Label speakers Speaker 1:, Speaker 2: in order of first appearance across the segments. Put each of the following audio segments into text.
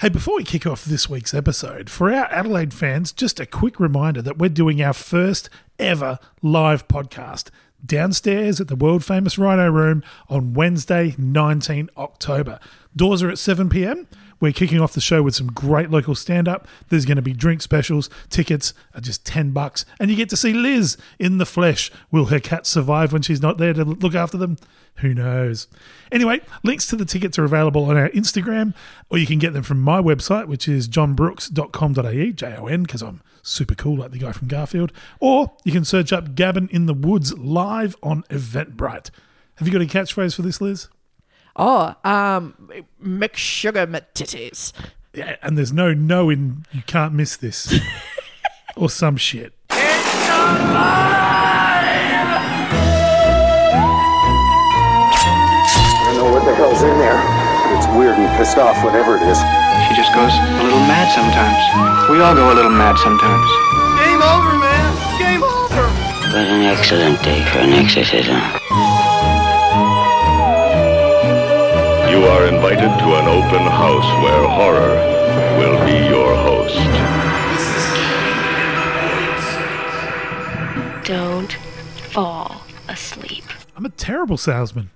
Speaker 1: Hey, before we kick off this week's episode, for our Adelaide fans, just a quick reminder that we're doing our first ever live podcast downstairs at the world famous Rhino Room on Wednesday, 19 October. Doors are at 7 p.m. We're kicking off the show with some great local stand up. There's going to be drink specials. Tickets are just 10 bucks. And you get to see Liz in the flesh. Will her cat survive when she's not there to look after them? Who knows? Anyway, links to the tickets are available on our Instagram, or you can get them from my website, which is johnbrooks.com.au, E, J O N, because I'm super cool like the guy from Garfield. Or you can search up Gavin in the Woods live on Eventbrite. Have you got a catchphrase for this, Liz?
Speaker 2: Oh, um, McSugar McTitties.
Speaker 1: Yeah, and there's no no in you can't miss this or some shit.
Speaker 3: I don't know what the hell's in there, but it's weird and pissed off, whatever it is.
Speaker 4: She just goes a little mad sometimes. We all go a little mad sometimes.
Speaker 5: Game over, man. Game over.
Speaker 6: What an excellent day for an exorcism.
Speaker 7: You are invited to an open house where horror will be your host.
Speaker 8: Don't fall asleep.
Speaker 1: I'm a terrible salesman.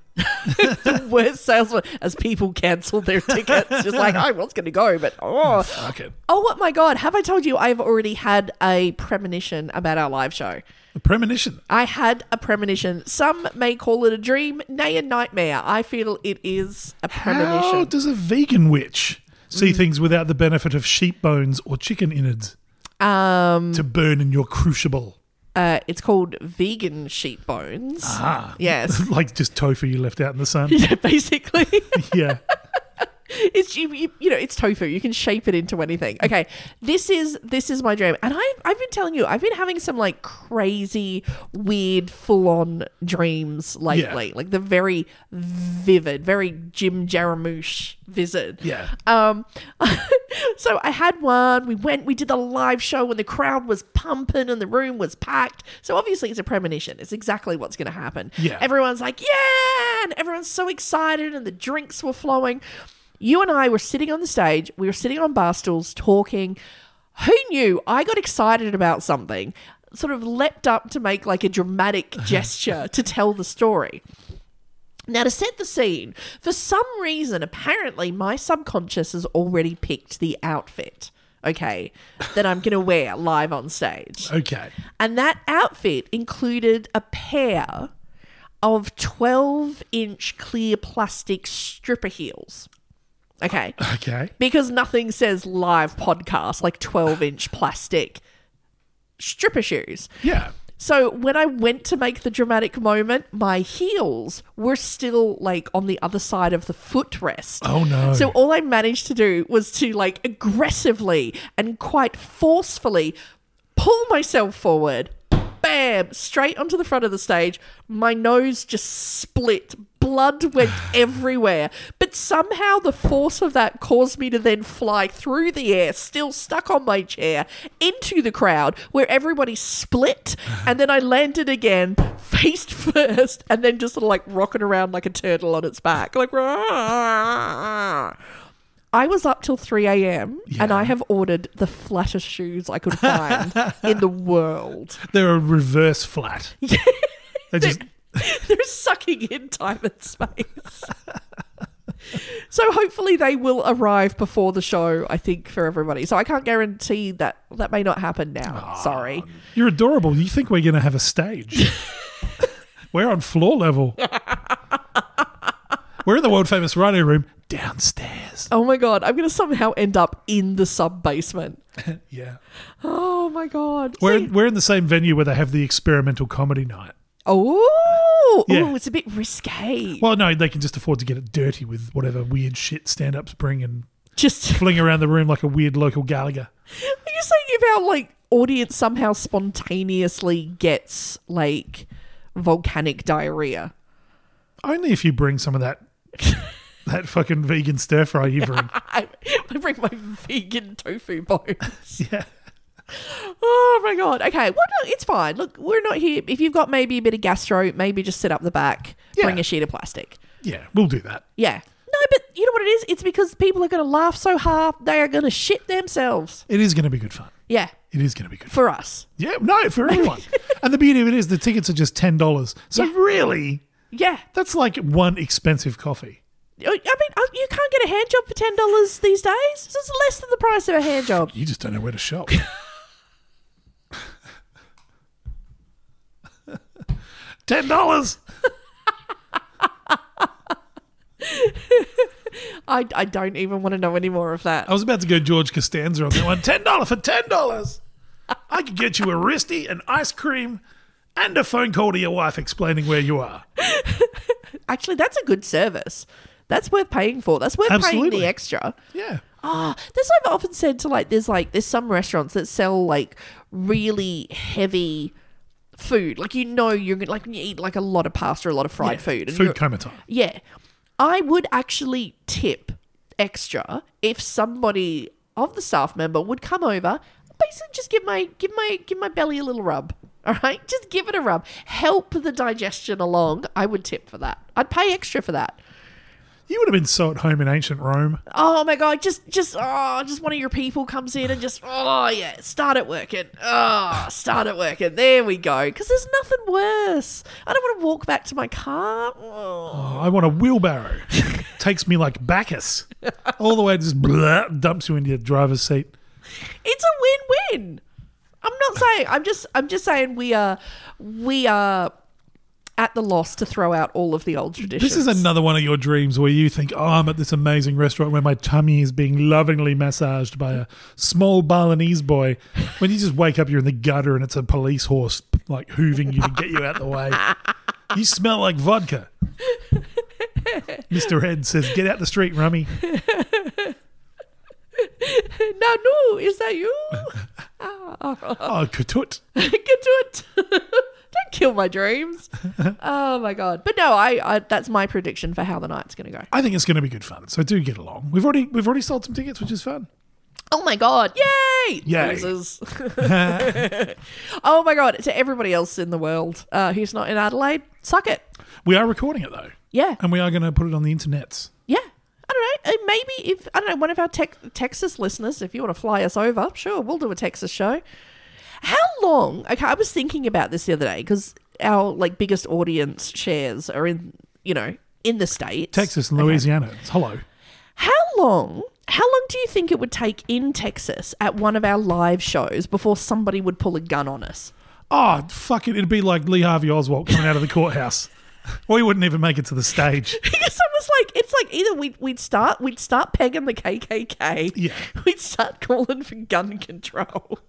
Speaker 2: Worst salesman as people cancel their tickets. Just like, I was going to go, but oh.
Speaker 1: Fuck it.
Speaker 2: Oh my god, have I told you I've already had a premonition about our live show?
Speaker 1: A premonition.
Speaker 2: I had a premonition. Some may call it a dream, nay, a nightmare. I feel it is a premonition.
Speaker 1: How does a vegan witch see
Speaker 2: Mm.
Speaker 1: things without the benefit of sheep bones or chicken innards
Speaker 2: um,
Speaker 1: to burn in your crucible?
Speaker 2: uh, it's called vegan sheep bones.
Speaker 1: Ah.
Speaker 2: Yes.
Speaker 1: like just tofu you left out in the sun.
Speaker 2: Yeah, basically.
Speaker 1: yeah.
Speaker 2: it's you, you, you know it's tofu you can shape it into anything okay this is this is my dream and I, i've been telling you i've been having some like crazy weird full-on dreams lately like the very vivid very jim jarmusch visit
Speaker 1: Yeah.
Speaker 2: um so i had one we went we did the live show and the crowd was pumping and the room was packed so obviously it's a premonition it's exactly what's going to happen
Speaker 1: Yeah.
Speaker 2: everyone's like yeah and everyone's so excited and the drinks were flowing you and I were sitting on the stage, we were sitting on bar stools talking. Who knew? I got excited about something, sort of leapt up to make like a dramatic gesture to tell the story. Now, to set the scene, for some reason, apparently my subconscious has already picked the outfit, okay, that I'm going to wear live on stage.
Speaker 1: Okay.
Speaker 2: And that outfit included a pair of 12 inch clear plastic stripper heels. Okay.
Speaker 1: Okay.
Speaker 2: Because nothing says live podcast like 12 inch plastic stripper shoes.
Speaker 1: Yeah.
Speaker 2: So when I went to make the dramatic moment, my heels were still like on the other side of the footrest.
Speaker 1: Oh, no.
Speaker 2: So all I managed to do was to like aggressively and quite forcefully pull myself forward. Bam, straight onto the front of the stage. My nose just split. Blood went everywhere. But somehow the force of that caused me to then fly through the air, still stuck on my chair, into the crowd where everybody split. And then I landed again, faced first, and then just sort of like rocking around like a turtle on its back. Like, "Rah." I was up till 3 a.m. and I have ordered the flattest shoes I could find in the world.
Speaker 1: They're a reverse flat. Yeah. They just
Speaker 2: They're sucking in time and space. so hopefully they will arrive before the show, I think, for everybody. So I can't guarantee that that may not happen
Speaker 1: Ah.
Speaker 2: now. Sorry.
Speaker 1: You're adorable. You think we're going to have a stage? we're on floor level. we're in the world famous radio room downstairs.
Speaker 2: Oh my God. I'm going to somehow end up in the sub basement.
Speaker 1: Yeah.
Speaker 2: Oh my God.
Speaker 1: We're,
Speaker 2: See-
Speaker 1: we're in the same venue where they have the experimental comedy night.
Speaker 2: oh,
Speaker 1: Yeah.
Speaker 2: Ooh, it's a bit risque.
Speaker 1: Well, no, they can just afford to get it dirty with whatever weird shit stand ups bring and
Speaker 2: Just.
Speaker 1: fling around the room like a weird local Gallagher.
Speaker 2: Are you saying about like audience somehow spontaneously gets like volcanic diarrhea?
Speaker 1: Only if you bring some of that that fucking vegan stir fry you bring.
Speaker 2: I, I bring my vegan tofu bones. yeah. Oh my god. Okay. Well, no, it's fine. Look, we're not here. If you've got maybe a bit of gastro, maybe just sit up the back,
Speaker 1: Yeah.
Speaker 2: bring a sheet of plastic.
Speaker 1: Yeah, we'll do that.
Speaker 2: Yeah. No, but you know what it is? It's because people are going to laugh so hard they are going to shit themselves.
Speaker 1: It is going to be good fun.
Speaker 2: Yeah,
Speaker 1: It is going to be good. Fun.
Speaker 2: for us.
Speaker 1: Yeah, no, for everyone. and the beauty of it is the tickets are just ten dollars. So really,
Speaker 2: Yeah.
Speaker 1: that's like one expensive coffee.
Speaker 2: I mean, I- you can't get a hand job for $10 these days. This is less than the price of a hand job.
Speaker 1: You just don't know where to shop. Ten dollars.
Speaker 2: I, I don't even want to know any more of that.
Speaker 1: I was about to go George Costanza on that one. Ten dollar for ten dollars. I could get you a wristy, an ice cream, and a phone call to your wife explaining where you are.
Speaker 2: Actually, that's a good service. That's worth paying for. That's worth paying
Speaker 1: Absolutely.
Speaker 2: the extra.
Speaker 1: Yeah.
Speaker 2: Ah, this I've often said to like there's like there's some restaurants that sell like really heavy food. Like you know you're gonna like you eat like a lot of pasta, a lot of fried food. and you're-
Speaker 1: Food coma time.
Speaker 2: Yeah. I would actually tip extra if somebody of the staff member would come over, basically just give my give my give my belly a little rub. All right? Just give it a rub. Help the digestion along. I would tip for that. I'd pay extra for that.
Speaker 1: You would have been so at home in ancient Rome.
Speaker 2: Oh my god, just just oh just one of your people comes in and just oh yeah, start it working. Oh, start it working. There we go. Cause there's nothing worse. I don't want to walk back to my car. Oh.
Speaker 1: I want a wheelbarrow. Takes me like Bacchus. All the way to just blah, dumps you into your driver's seat.
Speaker 2: it's a win-win. I'm not saying. I'm just. I'm just saying we are. We are at the loss to throw out all of the old traditions.
Speaker 1: This is another one of your dreams where you think, oh, I'm at this amazing restaurant where my tummy is being lovingly massaged by a small Balinese boy. When you just wake up, you're in the gutter and it's a police horse like hooving you to get you out the way. You smell like vodka. Mr. Ed says, get out the street, rummy.
Speaker 2: no, no. Is that you?
Speaker 1: Oh, katut.
Speaker 2: Get to it. Don't kill my dreams. oh my god. But no, I, I. That's my prediction for how the night's gonna go.
Speaker 1: I think it's going to be good fun. So do get along. We've already we've already sold some tickets, which is fun.
Speaker 2: Oh my god. Yay!
Speaker 1: Yay.
Speaker 2: Losers. oh my god. To everybody else in the world uh, who's not in Adelaide, suck it.
Speaker 1: We are recording it though,
Speaker 2: Yeah.
Speaker 1: and we are going to put it on the internets.
Speaker 2: Yeah. I don't know. uh, Maybe if, I don't know, one of our tech Texas listeners, if you want to fly us over, sure, we'll do a Texas show. How long? Okay, I was thinking about this the other day because our like biggest audience shares are in, you know, in the States.
Speaker 1: Texas and Louisiana. It's hello.
Speaker 2: How long? How long do you think it would take in Texas at one of our live shows before somebody would pull a gun on us?
Speaker 1: Oh, fuck it. It'd be like Lee Harvey Oswald coming out of the courthouse. We wouldn't even make it to the stage.
Speaker 2: Because I was like, it's like either we'd, we'd start we'd start pegging the KKK,
Speaker 1: Yeah.
Speaker 2: we'd start calling for gun control.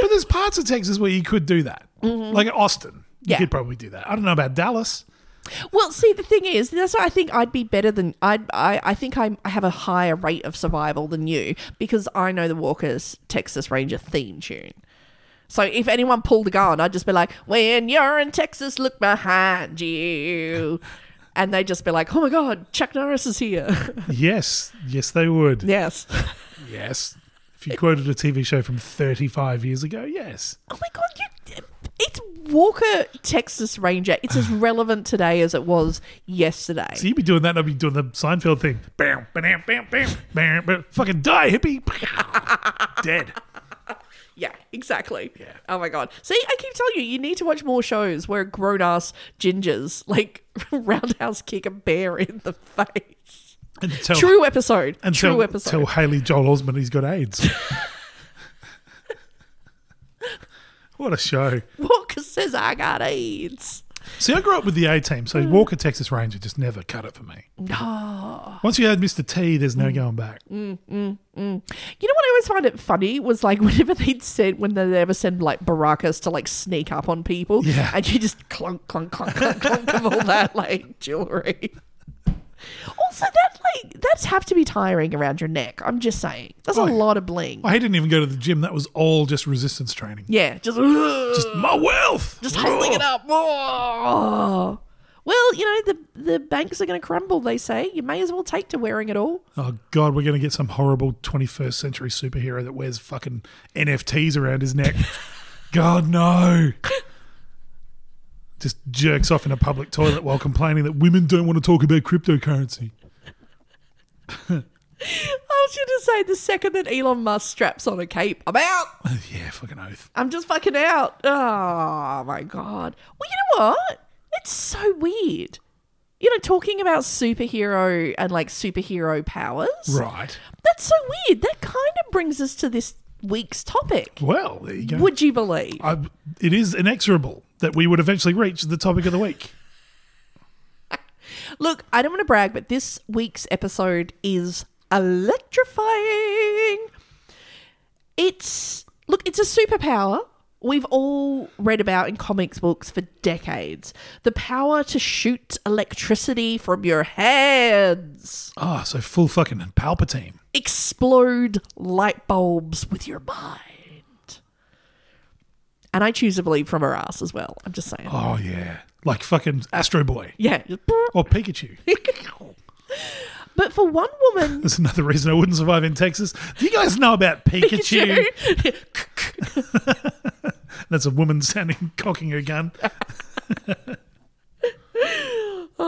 Speaker 1: But there's parts of Texas where you could do that. Like Austin.
Speaker 2: Yeah.
Speaker 1: You could probably do that. I don't know about Dallas.
Speaker 2: Well, see, the thing is, that's why I think I'd be better than I'd, I. I think I'm, I have a higher rate of survival than you because I know the Walker's Texas Ranger theme tune. So if anyone pulled a gun, I'd just be like, "When you're in Texas, look behind you," and they'd just be like, "Oh my God, Chuck Norris is here!" Oh
Speaker 1: Yes. Yes, they would.
Speaker 2: yes.
Speaker 1: Yes. If you quoted a TV show from 35 years ago, yes.
Speaker 2: Oh my God, you. It's Walker Texas Ranger. It's as relevant today as it was yesterday.
Speaker 1: So you'd be doing that and I'd be doing the Seinfeld thing. Bam, bam, bam, bam, bam, bam. Fucking die, hippie. Dead.
Speaker 2: Yeah, exactly. Oh my god. See, I keep telling you, you need to watch more shows where grown ass gingers like roundhouse kick a bear in the face.
Speaker 1: And tell,
Speaker 2: True episode.
Speaker 1: and
Speaker 2: True
Speaker 1: tell,
Speaker 2: episode.
Speaker 1: tell Haley Joel Osment he's got AIDS. what a show.
Speaker 2: Walker says I got AIDS.
Speaker 1: See, I grew up with the A team, so
Speaker 2: Mm.
Speaker 1: Walker Texas Ranger just never cut it for me. Once you had Mr. T, there's
Speaker 2: Mm.
Speaker 1: no going back.
Speaker 2: You know what I always find it funny was like whenever they'd send when they ever send like Baracus to like sneak up on people.
Speaker 1: Yeah.
Speaker 2: And you just clunk, clunk, clunk, clunk, clunk of all that like jewelry. Also, that like that's have to be tiring around your neck. I'm just saying, that's
Speaker 1: Oh,
Speaker 2: a
Speaker 1: yeah.
Speaker 2: lot of bling.
Speaker 1: I didn't even go to the gym. That was all just resistance training.
Speaker 2: Yeah, just
Speaker 1: Just my wealth.
Speaker 2: just holding it up. Oh. Well, you know the the banks are going to crumble. They say you may as well take to wearing it all.
Speaker 1: Oh God, we're gonna get some horrible 21st century superhero that wears fucking NFTs around his neck. God no. just jerks off in a public toilet while complaining that women don't want to talk about cryptocurrency.
Speaker 2: I was going to say the second that Elon Musk straps on a cape, I'm out.
Speaker 1: yeah, fucking oath.
Speaker 2: I'm just fucking out. Oh my god. Well, you know what? It's so weird. You know, talking about superhero and like superhero powers.
Speaker 1: Right.
Speaker 2: That's so weird. That kind of brings us to this week's topic.
Speaker 1: Well, there you go.
Speaker 2: Would you believe?
Speaker 1: I, it is inexorable that we would eventually reach the topic of the week.
Speaker 2: Look, I don't want to brag, but this week's episode is electrifying. It's look, it's a superpower we've all read about in comics books for decades. The power to shoot electricity from your hands,
Speaker 1: Ah, so full fucking Palpatine.
Speaker 2: explode light bulbs with your mind. And I choose to believe from her ass as well. I'm just saying.
Speaker 1: Oh, yeah. Like fucking Astro Boy
Speaker 2: Yeah.
Speaker 1: or Pikachu.
Speaker 2: but for one woman
Speaker 1: That's another reason I wouldn't survive in Texas. Do you guys know about Pikachu? That's a woman sounding cocking her gun.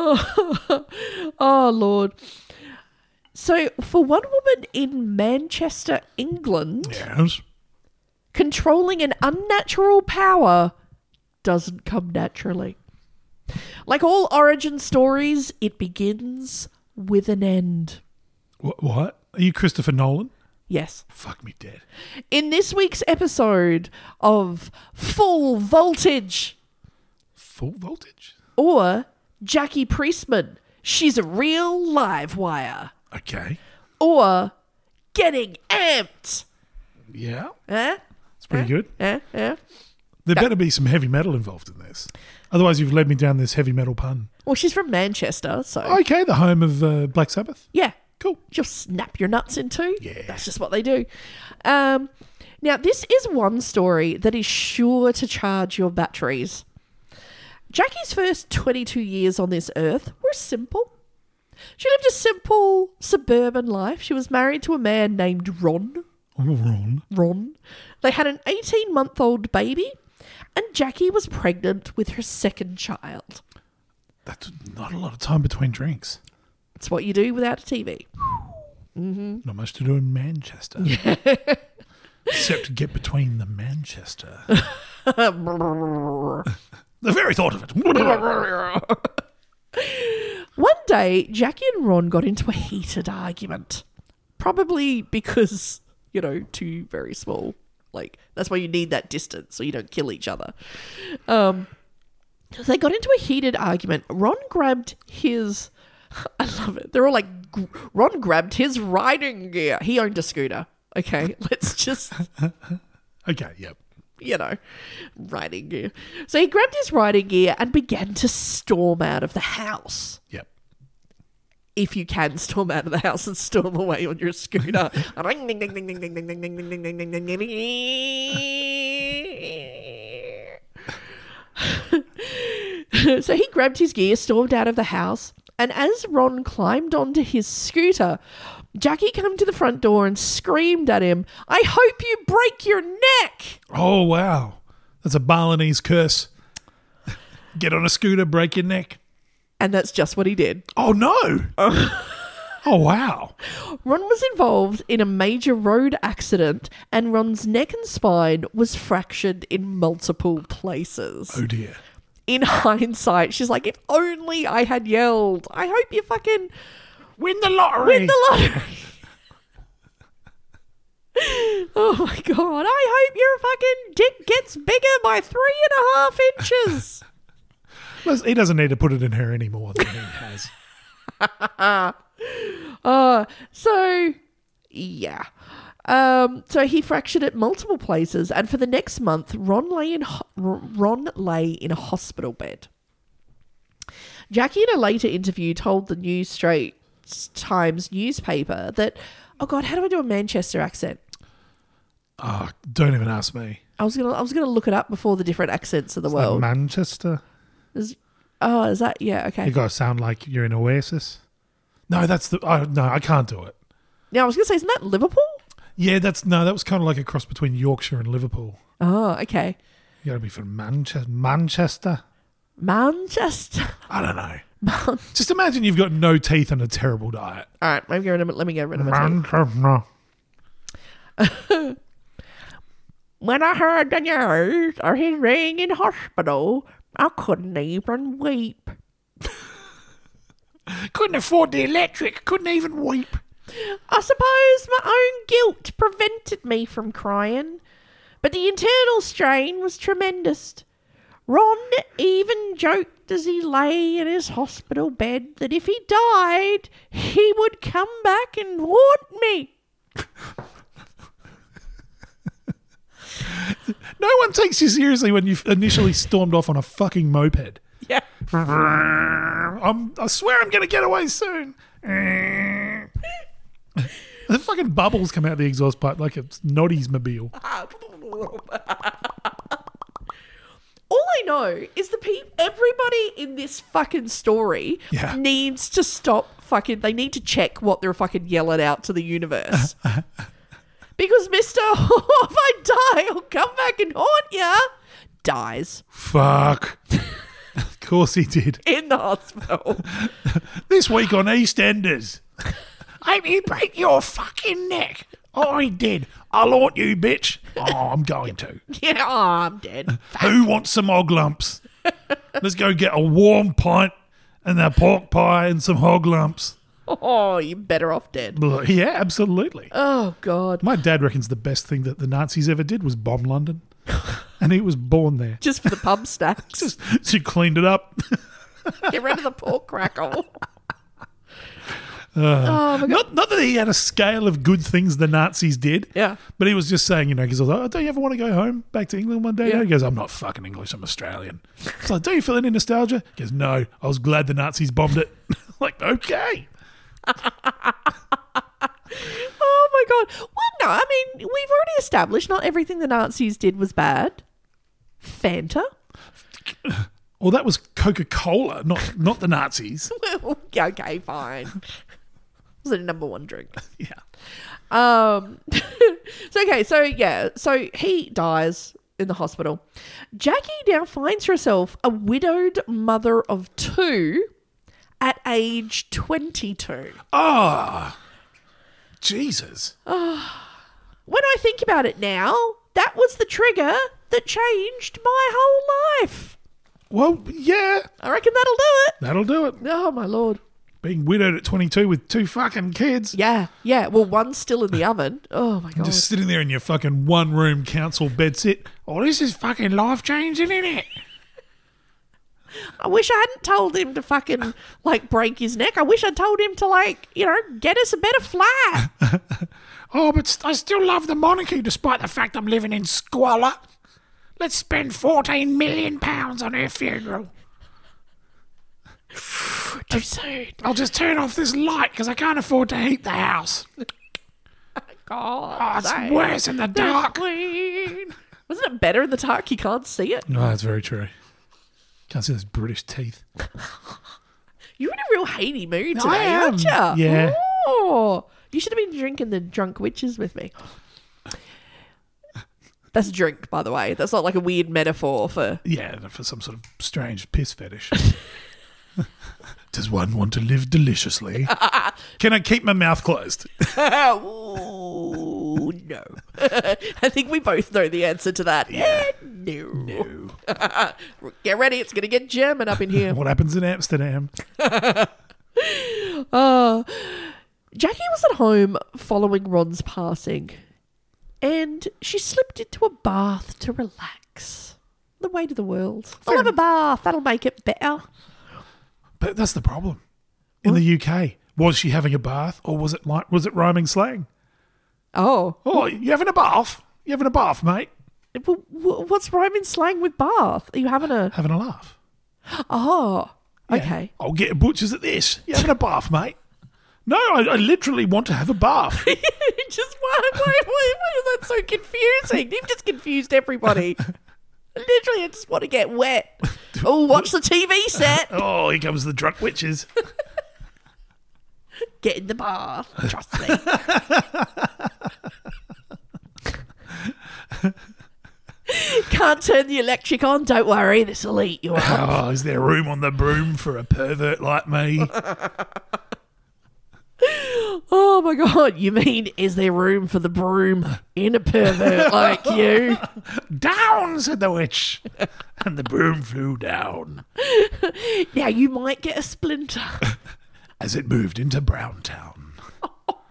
Speaker 2: oh lord. So for one woman in Manchester, England,
Speaker 1: Yes.
Speaker 2: controlling an unnatural power doesn't come naturally. Like all origin stories, it begins with an end.
Speaker 1: Wh- What? Are you Christopher Nolan?
Speaker 2: Yes.
Speaker 1: Fuck me dead.
Speaker 2: In this week's episode of Full Voltage
Speaker 1: Full voltage?
Speaker 2: or Jackie Priestman, she's a real live wire.
Speaker 1: Okay.
Speaker 2: or getting amped.
Speaker 1: Yeah.
Speaker 2: Eh?
Speaker 1: It's pretty good.
Speaker 2: Eh? Eh?
Speaker 1: There better be some heavy metal involved in this. Otherwise, you've led me down this heavy metal pun.
Speaker 2: Well, she's from Manchester, so
Speaker 1: Okay, the home of uh, Black Sabbath.
Speaker 2: yeah,
Speaker 1: Cool.
Speaker 2: just snap your nuts in two. Yeah, that's just what they do. Um, now this is one story that is sure to charge your batteries. Jackie's first 22 years on this earth were simple. She lived a simple suburban life. She was married to a man named Ron.
Speaker 1: All wrong.
Speaker 2: Ron. They had an 18 month old baby, and Jackie was pregnant with her second child.
Speaker 1: That's not a lot of time between drinks.
Speaker 2: It's what you do without a TV.
Speaker 1: Not much to do in Manchester. Except to get between the Manchester. the very thought of it.
Speaker 2: One day, Jackie and Ron got into a heated argument. Probably because, you know, two very small. Like, that's why you need that distance so you don't kill each other. Um, they got into a heated argument. Ron grabbed his. I love it. They're all like, "Gr- Ron grabbed his riding gear. He owned a scooter. Okay, let's just
Speaker 1: okay, yep.
Speaker 2: you know, riding gear. So he grabbed his riding gear and began to storm out of the house.
Speaker 1: Yep.
Speaker 2: If you can storm out of the house and storm away on your scooter. Ring, ding, ding, ding, ding, ding, ding, ding, ding, ding, ding, ding, ding, ding, ding. So he grabbed his gear, stormed out of the house, and as Ron climbed onto his scooter, Jackie came to the front door and screamed at him, I hope you break your neck!
Speaker 1: Oh, wow. That's a Balinese curse. get on a scooter, break your neck.
Speaker 2: And that's just what he did.
Speaker 1: Oh, no. oh, wow.
Speaker 2: Ron was involved in a major road accident, and Ron's neck and spine was fractured in multiple places.
Speaker 1: Oh, dear.
Speaker 2: In hindsight, she's like, if only I had yelled, I hope you fucking
Speaker 1: Win the lottery.
Speaker 2: win the lottery. oh my god, I hope your fucking dick gets bigger by three and a half inches.
Speaker 1: Let's- he doesn't need to put it in her anymore than he has.
Speaker 2: Uh, so yeah. Um, so he fractured it multiple places, and for the next month, Ron lay in ho- R- Ron lay in a hospital bed. Jackie, in a later interview, told the New Straits Times newspaper that, "Oh God, how do I do a Manchester accent?"
Speaker 1: Oh, don't even ask me.
Speaker 2: I was gonna I was gonna look it up before the different accents of the
Speaker 1: Like
Speaker 2: world.
Speaker 1: Manchester.
Speaker 2: Is- oh, is that yeah? Okay.
Speaker 1: You gotta sound like you're in Oasis. No, that's the. I no, I can't do it.
Speaker 2: Now I was gonna say, isn't that Liverpool?
Speaker 1: Yeah, that's no. That was kind of like a cross between Yorkshire and Liverpool.
Speaker 2: Oh, okay.
Speaker 1: You gotta be from Manchester. Manchester.
Speaker 2: Manchester.
Speaker 1: I don't know. Just imagine you've got no teeth and a terrible diet.
Speaker 2: All right, let me get rid of it. Let me get rid of it.
Speaker 1: Manchester.
Speaker 2: When I heard the news of his being in hospital, I couldn't even weep.
Speaker 1: Couldn't afford the electric. Couldn't even weep.
Speaker 2: I suppose my own guilt prevented me from crying, but the internal strain was tremendous. Ron even joked as he lay in his hospital bed that if he died, he would come back and haunt me.
Speaker 1: No one takes you seriously when you've initially stormed off on a fucking moped.
Speaker 2: Yeah.
Speaker 1: I'm, I swear I'm going to get away soon. the fucking bubbles come out the exhaust pipe like a Noddy's mobile.
Speaker 2: All I know is the pe- everybody in this fucking story
Speaker 1: Yeah.
Speaker 2: needs to stop fucking. They need to check what they're fucking yelling out to the universe. because Mister, if I die, I'll come back and haunt ya. Dies
Speaker 1: Fuck. of course he did.
Speaker 2: in the hospital.
Speaker 1: This week on EastEnders. I mean, break your fucking neck. I did. I'll haunt you, bitch. Oh, I'm going to.
Speaker 2: yeah, oh, I'm dead.
Speaker 1: Who wants some hog lumps? Let's go get a warm pint and a pork pie and some hog lumps.
Speaker 2: Oh, you're better off dead.
Speaker 1: Blah. Yeah, absolutely.
Speaker 2: Oh God.
Speaker 1: My dad reckons the best thing that the Nazis ever did was bomb London. and he was born there.
Speaker 2: Just for the pub snacks.
Speaker 1: Just she cleaned it up.
Speaker 2: Get rid of the pork crackle.
Speaker 1: Not, not that he had a scale of good things the Nazis did.
Speaker 2: Yeah.
Speaker 1: But he was just saying, you know, because I was like, oh, don't you ever want to go home back to England one day?
Speaker 2: Yeah.
Speaker 1: He goes, I'm not fucking English. I'm Australian. It's like, don't you feel any nostalgia? He goes, no. I was glad the Nazis bombed it. like, okay.
Speaker 2: Oh my god. Well, no, I mean, we've already established not everything the Nazis did was bad. Fanta?
Speaker 1: Well, that was Coca Cola, not not the Nazis.
Speaker 2: Well, okay, fine. It was the number one drink.
Speaker 1: yeah.
Speaker 2: Um, so, okay, so yeah, so he dies in the hospital. Jackie now finds herself a widowed mother of two at age 22.
Speaker 1: Ah. Jesus.
Speaker 2: When I think about it now, that was the trigger that changed my whole life.
Speaker 1: Well, yeah.
Speaker 2: I reckon that'll do it.
Speaker 1: That'll do it.
Speaker 2: Oh my lord.
Speaker 1: Being widowed at 22 with two fucking kids.
Speaker 2: Yeah, yeah. Well, one's still in the oven. Oh my god.
Speaker 1: Just sitting there in your fucking one room council bed sit. Oh, this is fucking life changing, isn't it?
Speaker 2: I wish I hadn't told him to fucking like break his neck. I wish I'd told him to like, you know, get us a better flat.
Speaker 1: Oh, but st- I still love the monarchy despite the fact I'm living in squalor. Let's spend £14 million pounds on her funeral.
Speaker 2: Too soon.
Speaker 1: I'll just turn off this light because I can't afford to heat the house.
Speaker 2: God.
Speaker 1: It's
Speaker 2: save
Speaker 1: worse in the
Speaker 2: the
Speaker 1: dark.
Speaker 2: Queen. Wasn't it better in the dark? You can't see it.
Speaker 1: No, that's very true. Can't see those British teeth.
Speaker 2: You're in a real Haiti mood today,
Speaker 1: I
Speaker 2: aren't
Speaker 1: am.
Speaker 2: you?
Speaker 1: Yeah.
Speaker 2: Oh, you should have been drinking the drunk witches with me. That's drink, by the way. That's not like a weird metaphor for
Speaker 1: Yeah, for some sort of strange piss fetish. Does one want to live deliciously? Can I keep my mouth closed?
Speaker 2: Oh, no. I think we both know the answer to that. Eh, no. get ready. It's going to get German up in here.
Speaker 1: What happens in Amsterdam?
Speaker 2: Uh, Jackie was at home following Ron's passing, and she slipped into a bath to relax. The weight of the world. I'll have a bath. That'll make it better.
Speaker 1: But that's the problem. In the UK, was she having a bath or was it like was it rhyming slang?
Speaker 2: Oh,
Speaker 1: Oh, you having a bath? You having a bath, mate?
Speaker 2: w- w- what's rhyming slang with bath? Are you having a.
Speaker 1: Having a laugh.
Speaker 2: Oh,
Speaker 1: Yeah.
Speaker 2: okay.
Speaker 1: I'll get a butcher's at this. You having a bath, mate? No, I, I literally want to have a bath.
Speaker 2: just why, why, why, why is that so confusing? You've just confused everybody. Literally, I just want to get wet. Oh, watch the TV set.
Speaker 1: oh, here comes the drunk witches.
Speaker 2: Get in the bath. Trust me. Can't turn the electric on. Don't worry, this will eat you up.
Speaker 1: Oh, is there room on the broom for a pervert like me?
Speaker 2: Oh my god, you mean is there room for the broom in a pervert like you?
Speaker 1: down, said the witch. And the broom flew down
Speaker 2: Now you might get a splinter.
Speaker 1: as it moved into Browntown.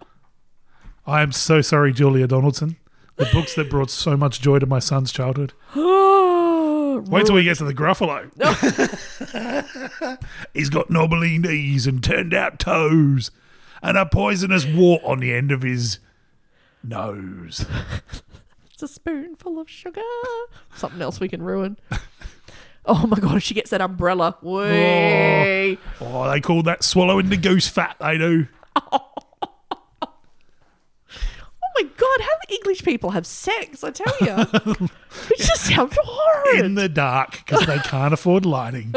Speaker 1: I am so sorry, Julia Donaldson. The books that brought so much joy to my son's childhood.
Speaker 2: Oh,
Speaker 1: Wait till we get to the Gruffalo. He's got knobbly knees and turned out toes and a poisonous wart on the end of his nose.
Speaker 2: it's a spoonful of sugar. Something else we can ruin. Oh my god, if she gets that umbrella. Whee.
Speaker 1: Oh, they call that swallowing the goose fat, they do.
Speaker 2: Oh my god, how the English people have sex, I tell you. it just sounds horrid.
Speaker 1: in the dark because they can't afford lighting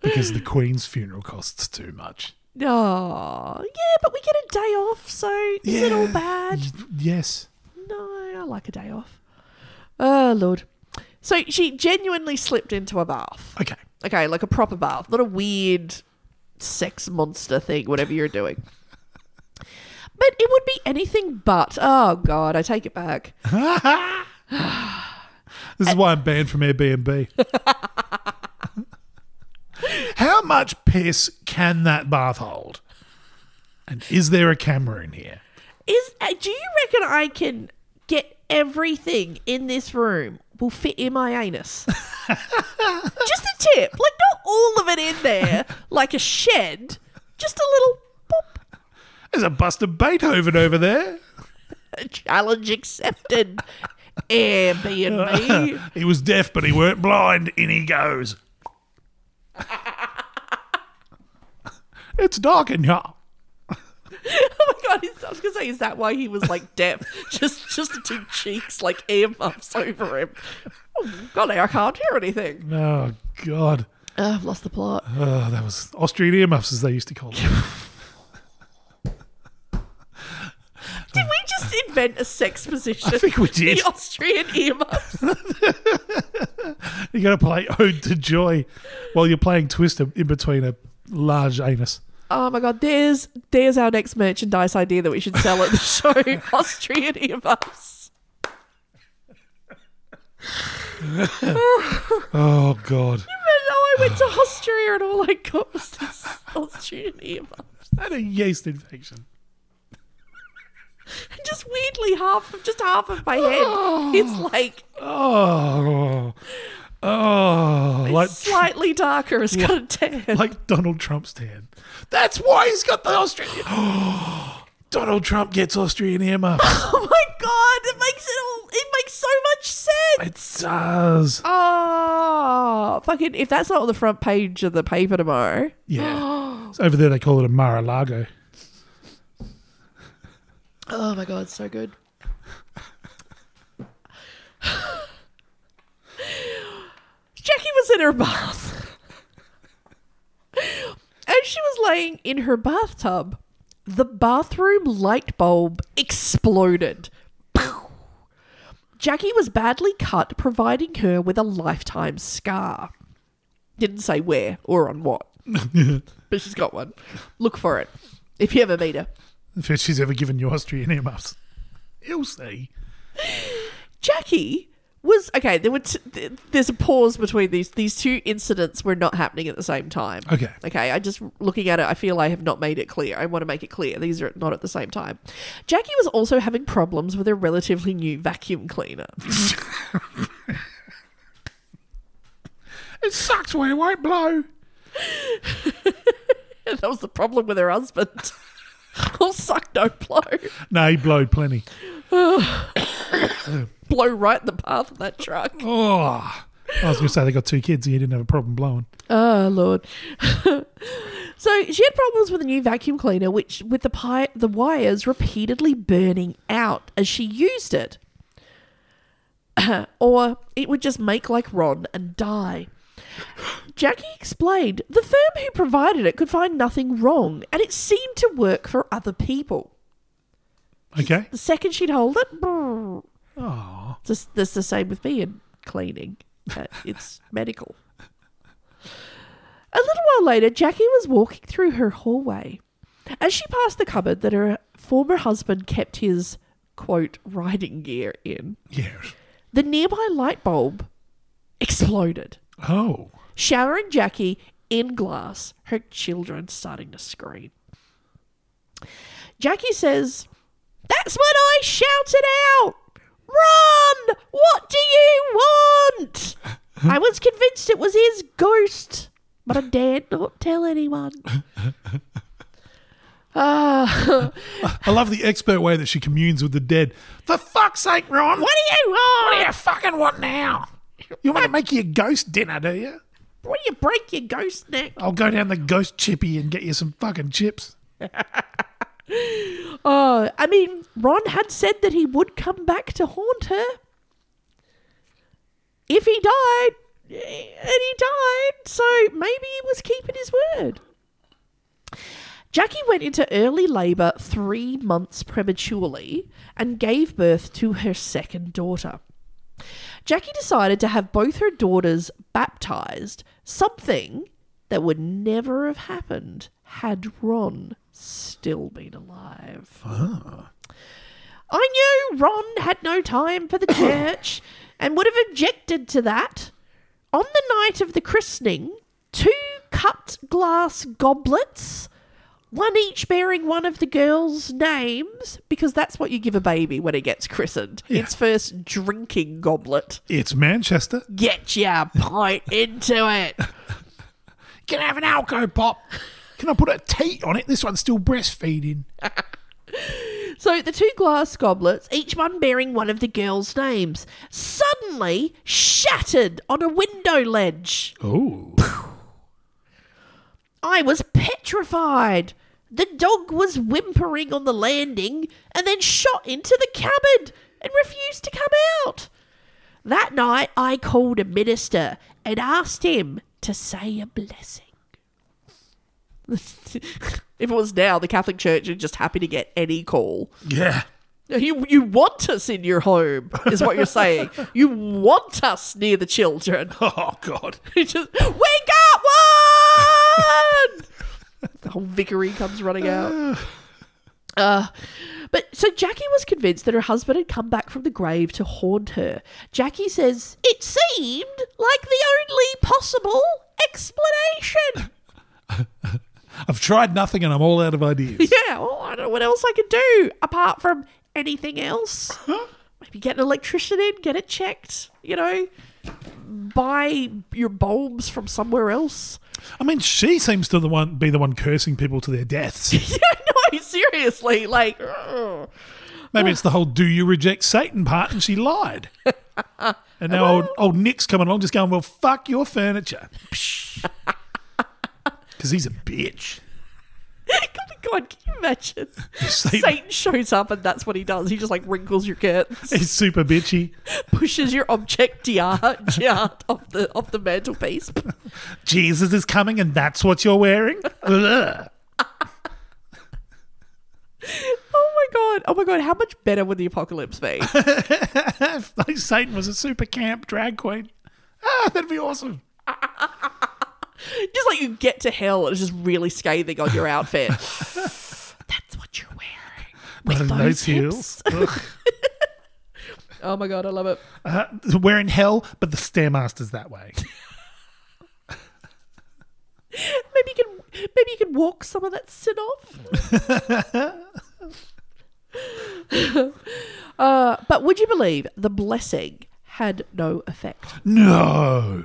Speaker 1: because the Queen's funeral costs too much.
Speaker 2: Aw, yeah, but we get a day off, so is it all
Speaker 1: Yeah.
Speaker 2: bad?
Speaker 1: Yes.
Speaker 2: No, I like a day off. Oh, Lord. So she genuinely slipped into a bath.
Speaker 1: Okay.
Speaker 2: Okay, like a proper bath, not a weird sex monster thing, whatever you're doing. But it would be anything but. Oh, God, I take it back.
Speaker 1: This is why I'm banned from Airbnb. How much piss can that bath hold? And is there a camera in here?
Speaker 2: Is uh, Do you reckon I can get everything in this room will fit in my anus? just a tip. Like, not all of it in there, like a shed. Just a little pop.
Speaker 1: There's a bust of Beethoven over there.
Speaker 2: Challenge accepted. Airbnb.
Speaker 1: He was deaf, but he weren't blind. In he goes. it's dark in here.
Speaker 2: Oh my god, is, I was gonna say, is that why he was like deaf? just just the two cheeks like earmuffs over him. Oh golly, I can't hear anything.
Speaker 1: Oh, God.
Speaker 2: Uh, I've lost the plot.
Speaker 1: Oh, that was Austrian earmuffs, as they used to call them.
Speaker 2: Did we just invent a sex position?
Speaker 1: I think we did.
Speaker 2: The Austrian earmuffs.
Speaker 1: You got to play Ode to Joy while you're playing Twister in between a large anus.
Speaker 2: Oh my god, there's there's our next merchandise idea that we should sell at the show. Austrian earmuffs.
Speaker 1: Oh, God.
Speaker 2: But no, I went to Austria and all I got was this Austrian earmuffs.
Speaker 1: had a yeast infection.
Speaker 2: And just weirdly half of just half of my head. It's like
Speaker 1: Oh. Oh. Like,
Speaker 2: slightly darker, it's got a tan.
Speaker 1: like Donald Trump's tan. That's why he's got the Australian. Donald Trump gets Austrian earmuffs.
Speaker 2: Oh my god, it makes it all it makes so much sense.
Speaker 1: It does.
Speaker 2: Oh fucking if that's not on the front page of the paper tomorrow.
Speaker 1: Yeah. So over there, they call it a Mar a Lago.
Speaker 2: Oh my god, so good. Jackie was in her bath. and she was laying in her bathtub. The bathroom light bulb exploded. Pow. Jackie was badly cut, providing her with a lifetime scar. Didn't say where or on what, but she's got one. Look for it if you ever meet her.
Speaker 1: If she's ever given you Austrian earmuffs, you'll see.
Speaker 2: Jackie was okay. There were t- th- there's a pause between these these two incidents were not happening at the same time.
Speaker 1: Okay.
Speaker 2: Okay. I just looking at it, I feel I have not made it clear. I want to make it clear these are not at the same time. Jackie was also having problems with her relatively new vacuum cleaner.
Speaker 1: It sucks when it won't blow.
Speaker 2: that was the problem with her husband. All suck no blow,
Speaker 1: No, he blowed plenty.
Speaker 2: blow right in the path of that truck.
Speaker 1: Oh, I was going to say they got two kids and you didn't have a problem blowing.
Speaker 2: Oh lord. so she had problems with a new vacuum cleaner, which with the pi- the wires repeatedly burning out as she used it, or it would just make like Ron and die. Jackie explained the firm who provided it could find nothing wrong, and it seemed to work for other people.
Speaker 1: Okay.
Speaker 2: The second she'd hold it, brrr. Just, that's the same with me and cleaning. Uh, it's medical. A little while later, Jackie was walking through her hallway. As she passed the cupboard that her former husband kept his, quote, riding gear in,
Speaker 1: Yes.
Speaker 2: the nearby light bulb exploded,
Speaker 1: Oh.
Speaker 2: showering Jackie in glass, her children starting to scream. Jackie says, That's when I shouted out, Run! What do you want? I was convinced it was his ghost, but I dared not tell anyone. Ah,
Speaker 1: I love the expert way that she communes with the dead. For fuck's sake, Ron!
Speaker 2: what do you want?
Speaker 1: do you fucking want now? You want to make you a ghost dinner, do you?
Speaker 2: What do you break your ghost neck?
Speaker 1: I'll go down the ghost chippy and get you some fucking chips.
Speaker 2: Oh, I mean, Ron had said that he would come back to haunt her. If he died, and he died, so maybe he was keeping his word. Jackie went into early labour three months prematurely and gave birth to her second daughter. Jackie decided to have both her daughters baptised, something that would never have happened had Ron still been alive. I knew Ron had no time for the church and would have objected to that. On the night of the christening, two cut glass goblets, one each bearing one of the girls' names, because that's what you give a baby when it gets christened its first drinking goblet.
Speaker 1: It's Manchester.
Speaker 2: Get your pint into it.
Speaker 1: Can I have an alco pop? Can I put a T on it? This one's still breastfeeding.
Speaker 2: So the two glass goblets, each one bearing one of the girls' names, suddenly shattered on a window ledge.
Speaker 1: Oh.
Speaker 2: I was petrified. The dog was whimpering on the landing and then shot into the cupboard and refused to come out. That night, I called a minister and asked him to say a blessing. if it was now, the Catholic Church are just happy to get any call.
Speaker 1: Yeah.
Speaker 2: You, you want us in your home, is what you're saying. you want us near the children.
Speaker 1: Oh, God.
Speaker 2: He just we got one. the whole vickery comes running out. Uh, but so Jackie was convinced that her husband had come back from the grave to haunt her. Jackie says it seemed like the only possible explanation.
Speaker 1: I've tried nothing and I'm all out of ideas.
Speaker 2: yeah, well, I don't know what else I could do apart from anything else. Maybe get an electrician in, get it checked. You know, buy your bulbs from somewhere else.
Speaker 1: I mean, she seems to the one be the one cursing people to their deaths.
Speaker 2: yeah, no, seriously. Like, ugh.
Speaker 1: Maybe it's the whole "Do you reject Satan?" part, and she lied. And now old, old Nick's coming along, just going, "Well, fuck your furniture," because he's a bitch.
Speaker 2: God, God, can you imagine?
Speaker 1: Satan-
Speaker 2: Satan shows up and that's what he does. He just like wrinkles your curtains,
Speaker 1: He's super bitchy.
Speaker 2: pushes your object diart diart off the off the mantelpiece.
Speaker 1: Jesus is coming, and that's what you're wearing. Ugh.
Speaker 2: Oh my god! Oh my god! How much better would the apocalypse be?
Speaker 1: If Satan was a super camp drag queen. Ah, that'd be awesome.
Speaker 2: just like you get to hell and it's just really scathing on your outfit. that's what you're wearing. With
Speaker 1: Well,
Speaker 2: those,
Speaker 1: those
Speaker 2: hips.
Speaker 1: heels.
Speaker 2: oh my god! I love it.
Speaker 1: We're in hell, but the stairmaster's that way.
Speaker 2: Maybe you can maybe you can walk some of that sin off. uh, but would you believe the blessing had no effect?
Speaker 1: No.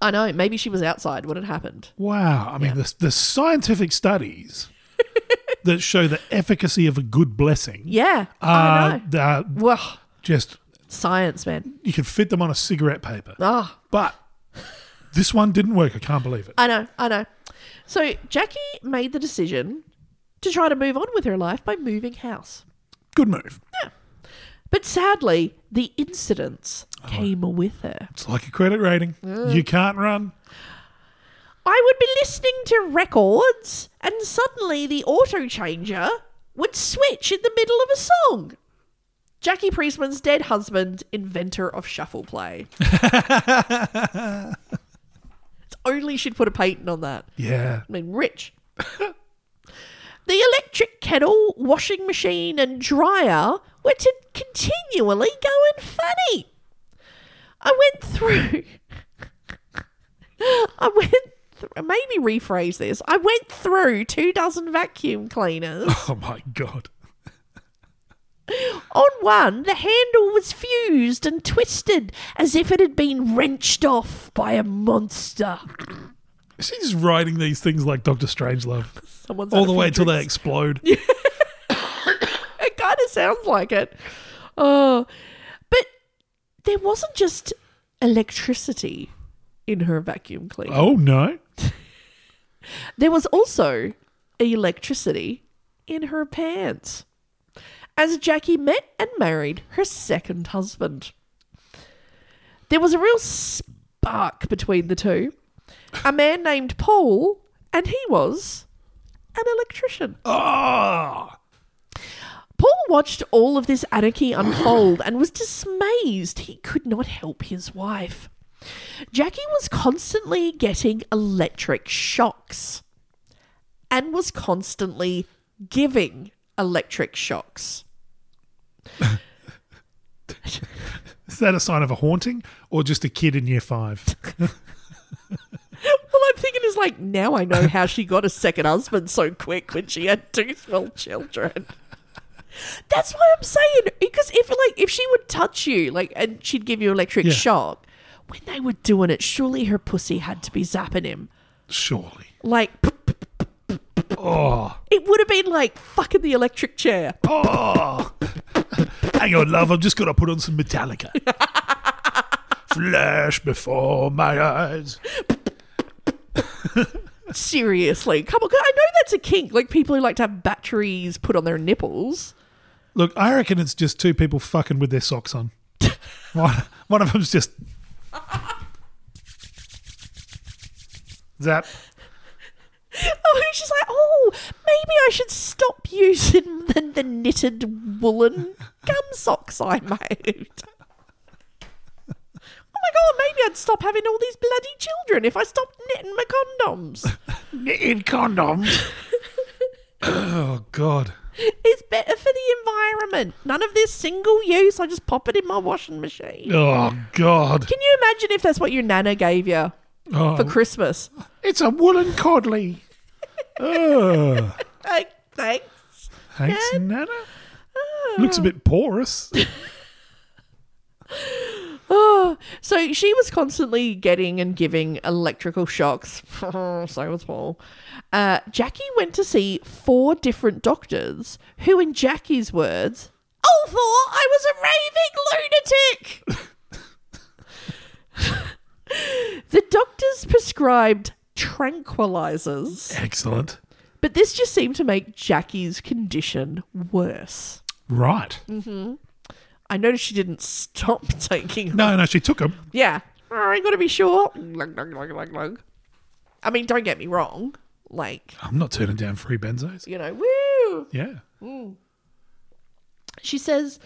Speaker 2: I know. Maybe she was outside when it happened.
Speaker 1: Wow. I mean, the, the scientific studies that show the efficacy of a good blessing
Speaker 2: Yeah, I
Speaker 1: are,
Speaker 2: know.
Speaker 1: are
Speaker 2: Well,
Speaker 1: just,
Speaker 2: science, man.
Speaker 1: you can fit them on a cigarette paper.
Speaker 2: Ah,
Speaker 1: But this one didn't work. I can't believe it.
Speaker 2: I know. I know. So Jackie made the decision to try to move on with her life by moving house.
Speaker 1: Good move.
Speaker 2: But sadly, the incidents came with her.
Speaker 1: It's like a credit rating. You can't run.
Speaker 2: I would be listening to records, and suddenly the auto changer would switch in the middle of a song. Jackie Priestman's dead husband, inventor of shuffle play. it's only she'd put a patent on that.
Speaker 1: Yeah.
Speaker 2: I mean, rich. the electric kettle, washing machine, and dryer were to continually going funny. I went through. I went. Th- maybe rephrase this. I went through two dozen vacuum cleaners.
Speaker 1: Oh my god.
Speaker 2: On one, the handle was fused and twisted as if it had been wrenched off by a monster.
Speaker 1: She's writing these things like Doctor Strangelove,
Speaker 2: Someone's
Speaker 1: all
Speaker 2: had
Speaker 1: the
Speaker 2: a
Speaker 1: way
Speaker 2: few
Speaker 1: till they
Speaker 2: drinks.
Speaker 1: explode.
Speaker 2: It kind of sounds like it. Oh, but there wasn't just electricity in her vacuum cleaner.
Speaker 1: Oh no.
Speaker 2: There was also electricity in her pants. As Jackie met and married her second husband, there was a real spark between the two. A man named Paul, and he was an electrician.
Speaker 1: Oh.
Speaker 2: Paul watched all of this anarchy unfold and was dismayed he could not help his wife. Jackie was constantly getting electric shocks and was constantly giving electric shocks.
Speaker 1: Is that a sign of a haunting or just a kid in year five?
Speaker 2: Well, I'm thinking is like now I know how she got a second husband so quick when she had two small children. That's what I'm saying because if like if she would touch you like and she'd give you electric
Speaker 1: Yeah.
Speaker 2: shock when they were doing it, surely her pussy had to be zapping him.
Speaker 1: Surely.
Speaker 2: Like
Speaker 1: Oh.
Speaker 2: it would have been like fucking the electric chair.
Speaker 1: Oh. Hang on, love. I'm just going to put on some Metallica. Flash before my eyes.
Speaker 2: Seriously, come on! 'cause I know that's a kink. Like people who like to have batteries put on their nipples.
Speaker 1: Look, I reckon it's just two people fucking with their socks on. one, one of them's just. Zap.
Speaker 2: Oh, and she's like, oh, maybe I should stop using the, the knitted woolen gum socks I made. oh my god, maybe I'd stop having all these bloody children if I stopped knitting my condoms.
Speaker 1: Knitted condoms. oh, God.
Speaker 2: it's better for the environment. None of this single use. I just pop it in my washing machine.
Speaker 1: Oh, God.
Speaker 2: Can you imagine if that's what your nana gave you
Speaker 1: Oh,
Speaker 2: for Christmas?
Speaker 1: it's a woolen codley. oh.
Speaker 2: Like, thanks.
Speaker 1: Thanks, Nana. Looks a bit porous.
Speaker 2: So she was constantly getting and giving electrical shocks. so was Paul. Uh, Jackie went to see four different doctors who, in Jackie's words, "Oh, all thought I was a raving lunatic. the doctors prescribed tranquilizers,
Speaker 1: Excellent.
Speaker 2: but this just seemed to make Jackie's condition worse.
Speaker 1: Right.
Speaker 2: I noticed she didn't stop taking them.
Speaker 1: No, no, she took him.
Speaker 2: Yeah. All right, gotta be sure. Lug, lug, lug, lug, lug. I mean, don't get me wrong. Like,
Speaker 1: I'm not turning down free benzos.
Speaker 2: you know, woo.
Speaker 1: Yeah.
Speaker 2: She says,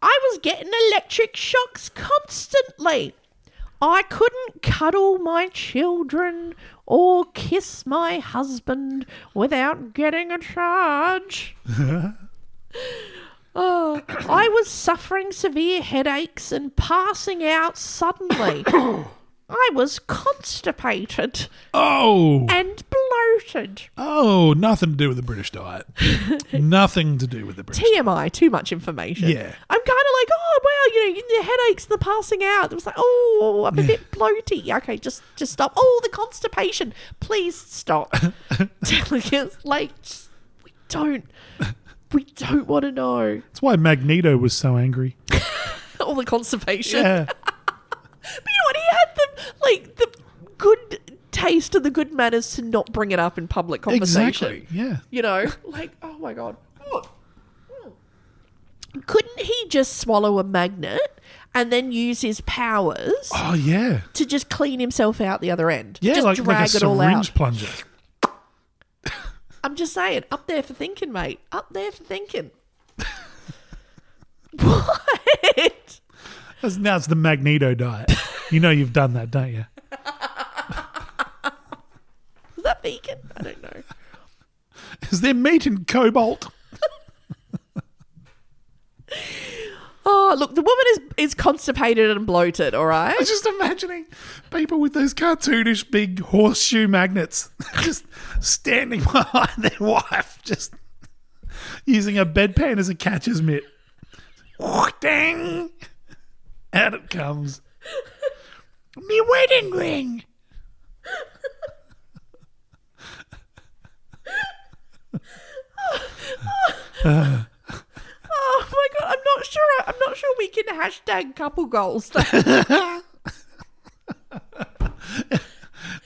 Speaker 2: I was getting electric shocks constantly. I couldn't cuddle my children or kiss my husband without getting a charge. oh, I was suffering severe headaches and passing out suddenly. I was constipated
Speaker 1: Oh,
Speaker 2: and bloated.
Speaker 1: oh, nothing to do with the British diet. nothing to do with the British.
Speaker 2: TMI, too much information.
Speaker 1: Yeah.
Speaker 2: I'm kind of like, oh wow, you know, the headaches, the passing out. It was like, oh, I'm a bit bloaty. Okay, just just stop. Oh, the constipation. Please stop. Telling us like just- we don't we don't want to know
Speaker 1: That's why Magneto was so angry.
Speaker 2: all the constipation.
Speaker 1: Yeah.
Speaker 2: But you know what? He had the like the good taste and the good manners to not bring it up in public conversation.
Speaker 1: exactly. Yeah.
Speaker 2: You know, like, oh my god. Oh. Couldn't he just swallow a magnet and then use his powers
Speaker 1: Oh, yeah.
Speaker 2: to just clean himself out the other end?
Speaker 1: Yeah,
Speaker 2: just
Speaker 1: like,
Speaker 2: drag
Speaker 1: like a
Speaker 2: it all out.
Speaker 1: syringe plunger.
Speaker 2: I'm just saying, up there for thinking, mate. Up there for thinking. What?
Speaker 1: That's- Now it's the Magneto diet. You know you've done that, don't you?
Speaker 2: Is that vegan? I don't know.
Speaker 1: Is there meat in cobalt?
Speaker 2: Oh, look, the woman is is constipated and bloated, all right?
Speaker 1: I'm just imagining people with those cartoonish big horseshoe magnets just standing behind their wife, just using a bedpan as a catcher's mitt. Dang! Out it comes. Me wedding ring!
Speaker 2: Oh my god, I'm not sure. I'm not sure we can hashtag couple goals.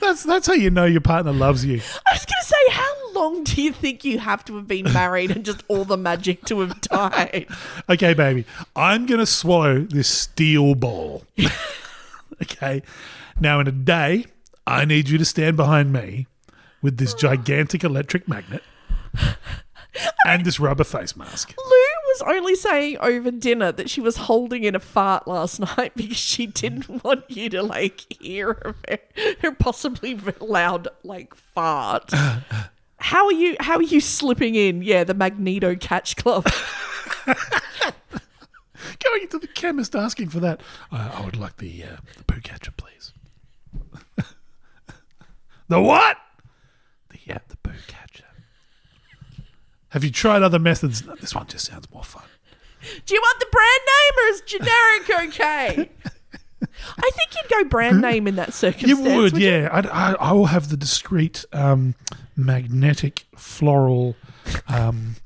Speaker 1: That's that's how you know your partner loves you.
Speaker 2: I was going to say, how long do you think you have to have been married and just all the magic to have died?
Speaker 1: Okay, baby, I'm going to swallow this steel ball. okay. Now, in a day, I need you to stand behind me with this gigantic electric magnet and this rubber face mask.
Speaker 2: Lou was only saying over dinner that she was holding in a fart last night because she didn't want you to like hear her, her possibly loud like fart. How are you? How are you slipping in? Yeah, the Magneto Catch Club.
Speaker 1: Going into the chemist asking for that. I, I would like the, uh, the poo catcher, please. the what? The, uh, the poo catcher. Have you tried other methods? No, this one just sounds more fun.
Speaker 2: Do you want the brand name or is generic okay? I think you'd go brand name in that
Speaker 1: Hmm? You
Speaker 2: circumstance.
Speaker 1: would,
Speaker 2: wouldn't
Speaker 1: yeah. I'd, I, I will have the discreet um, magnetic floral um,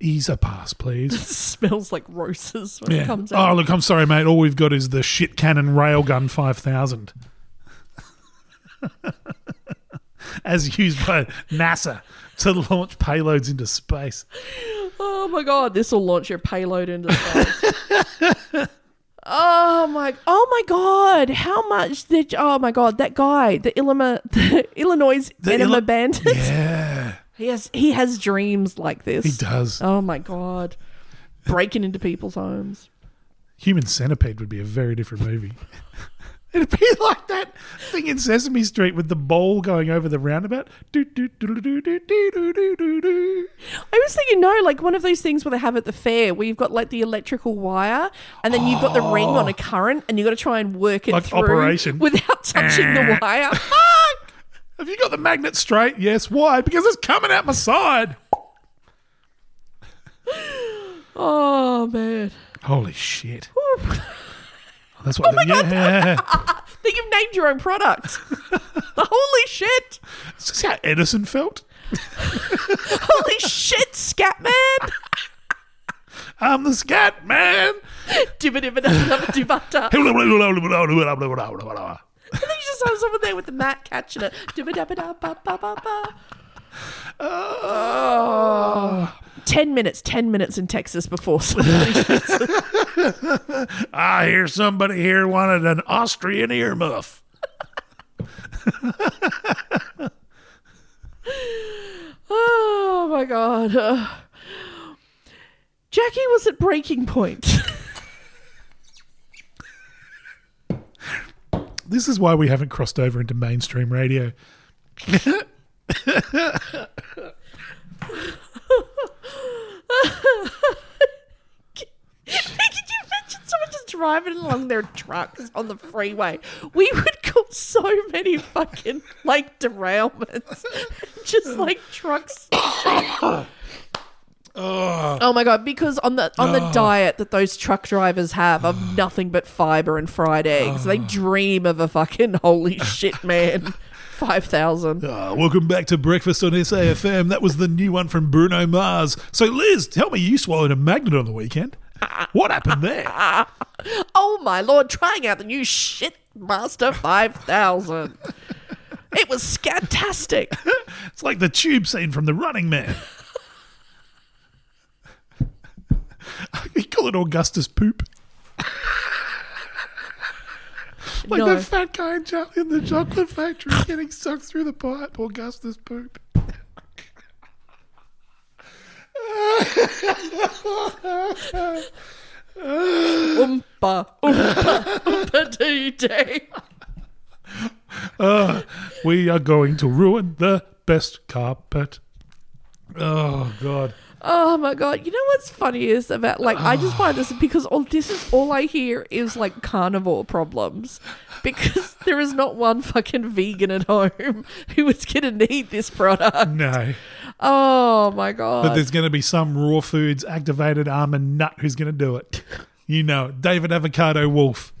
Speaker 1: easer pass, please.
Speaker 2: It smells like roses when it
Speaker 1: Yeah.
Speaker 2: comes out.
Speaker 1: Oh, look, I'm sorry, mate. All we've got is the shit cannon railgun 5000. As used by NASA to launch payloads into space.
Speaker 2: Oh my god, this will launch your payload into space. oh my! Oh my god! How much did? Oh my god! That guy, the Illinois, the Illinois
Speaker 1: The
Speaker 2: enema
Speaker 1: Illi-
Speaker 2: bandit.
Speaker 1: Yeah,
Speaker 2: He has he has dreams like this.
Speaker 1: he does.
Speaker 2: Oh my god! Breaking into people's homes.
Speaker 1: Human Centipede would be a very different movie. It'd be like that thing in Sesame Street with the ball going over the roundabout. Do, do, do, do, do, do, do, do, do, do.
Speaker 2: I was thinking, no, like one of those things where they have at the fair where you've got like the electrical wire and then you've got the ring on a current and you've got to try and work it
Speaker 1: Oh. Like
Speaker 2: through
Speaker 1: Operation.
Speaker 2: without touching the wire. Fuck!
Speaker 1: Have you got the magnet straight? Yes. Why? Because it's coming out my side.
Speaker 2: Oh man.
Speaker 1: Holy shit. Oh, That's what. yeah.
Speaker 2: that you've named your own product. Holy shit!
Speaker 1: Is this how Edison felt?
Speaker 2: Holy shit, Scatman!
Speaker 1: I'm the scat man.
Speaker 2: Dibba-dibba-dabba-dibba-da.
Speaker 1: Hula, hula, hula, hula, hula, hula, hula, hula, hula.
Speaker 2: And then you just have someone there with the mat catching it. Dibba-dabba-dabba-ba-ba-ba.
Speaker 1: Oh.
Speaker 2: Ten minutes, ten minutes in Texas before somebody.
Speaker 1: I hear somebody here wanted an Austrian earmuff.
Speaker 2: oh my god. Uh, Jackie was at breaking point.
Speaker 1: This is why we haven't crossed over into mainstream radio.
Speaker 2: Could you imagine someone just driving along their trucks on the freeway? We would cause so many fucking like derailments, just like trucks. Oh my god! Because on the on the diet that those truck drivers have of nothing but fiber and fried eggs, they dream of a fucking holy shit man. Five thousand.
Speaker 1: Ah, welcome back to Breakfast on SAFM. That was the new one from Bruno Mars. So, Liz, tell me you swallowed a magnet on the weekend. What happened there?
Speaker 2: Oh my lord! Trying out the new shit master five thousand. It was scantastic.
Speaker 1: It's like the tube scene from The Running Man. We call it Augustus Poop. Like
Speaker 2: No.
Speaker 1: the fat guy in Charlie in the Chocolate Factory getting sucked through the pipe. Augustus Poop.
Speaker 2: Oompa, oompa, oompa doo doo.
Speaker 1: We are going to ruin the best carpet. Oh, God.
Speaker 2: Oh my god! You know what's funny is about like I just find this because all this is all I hear is like carnivore problems, because there is not one fucking vegan at home who is going to need this product.
Speaker 1: No.
Speaker 2: Oh my
Speaker 1: But
Speaker 2: god!
Speaker 1: there's going to be some raw foods activated almond nut who's going to do it. You know, it. David Avocado Wolf.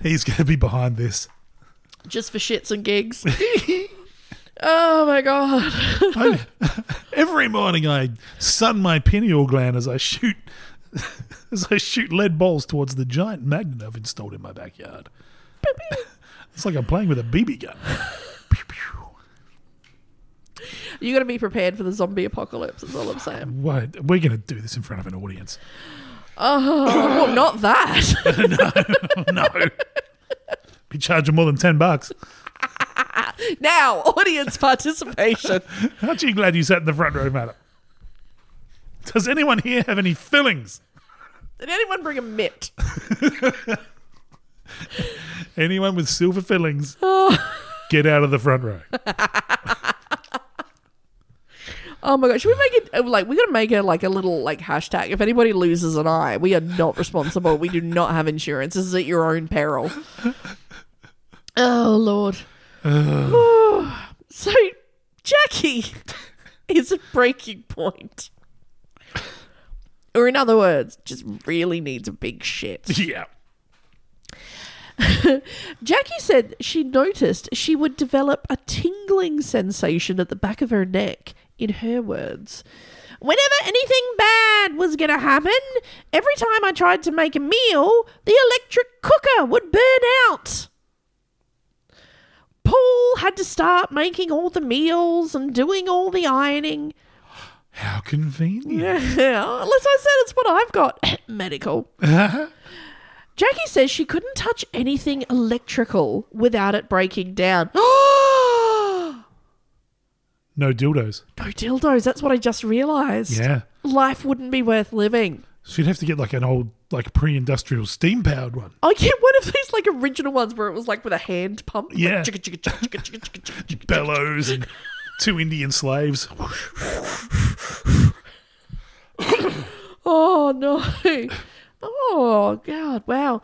Speaker 1: He's going to be behind this.
Speaker 2: Just for shits and gigs. oh my god!
Speaker 1: I- every morning I sun my pineal gland as I shoot as I shoot lead balls towards the giant magnet I've installed in my backyard. it's like I'm playing with a BB gun. Pew, pew.
Speaker 2: You got to be prepared for the zombie apocalypse. Is all I'm saying.
Speaker 1: Wait, we're going to do this in front of an audience.
Speaker 2: Oh, well, not that.
Speaker 1: no. Be charging more than 10 bucks.
Speaker 2: now, audience participation.
Speaker 1: Aren't you glad you sat in the front row, madam? Does anyone here have any fillings?
Speaker 2: Did anyone bring a mitt?
Speaker 1: Anyone with silver fillings, get out of the front row.
Speaker 2: Oh my god! Should we make it uh, like we got to make it like a little like hashtag? If anybody loses an eye, we are not responsible. we do not have insurance. This is at your own peril. oh lord. so Jackie is at breaking point, or in other words, just really needs a big shit.
Speaker 1: Yeah.
Speaker 2: Jackie said she noticed she would develop a tingling sensation at the back of her neck, in her words. Whenever anything bad was going to happen, every time I tried to make a meal, the electric cooker would burn out. Paul had to start making all the meals and doing all the ironing.
Speaker 1: How convenient.
Speaker 2: Yeah, unless I said it's what I've got. Medical. Jackie says she couldn't touch anything electrical without it breaking down. no
Speaker 1: No dildos.
Speaker 2: dildos. That's what I just realised.
Speaker 1: Yeah.
Speaker 2: Life wouldn't be worth living.
Speaker 1: So you'd have to get like an old, like pre-industrial steam-powered one.
Speaker 2: Oh, yeah, one of these like original ones where it was like with a hand pump. like,
Speaker 1: Yeah.
Speaker 2: chicka, chicka, chicka, chicka, chicka, chicka, chicka, chicka.
Speaker 1: Bellows and two Indian slaves.
Speaker 2: Oh no. Oh god, wow.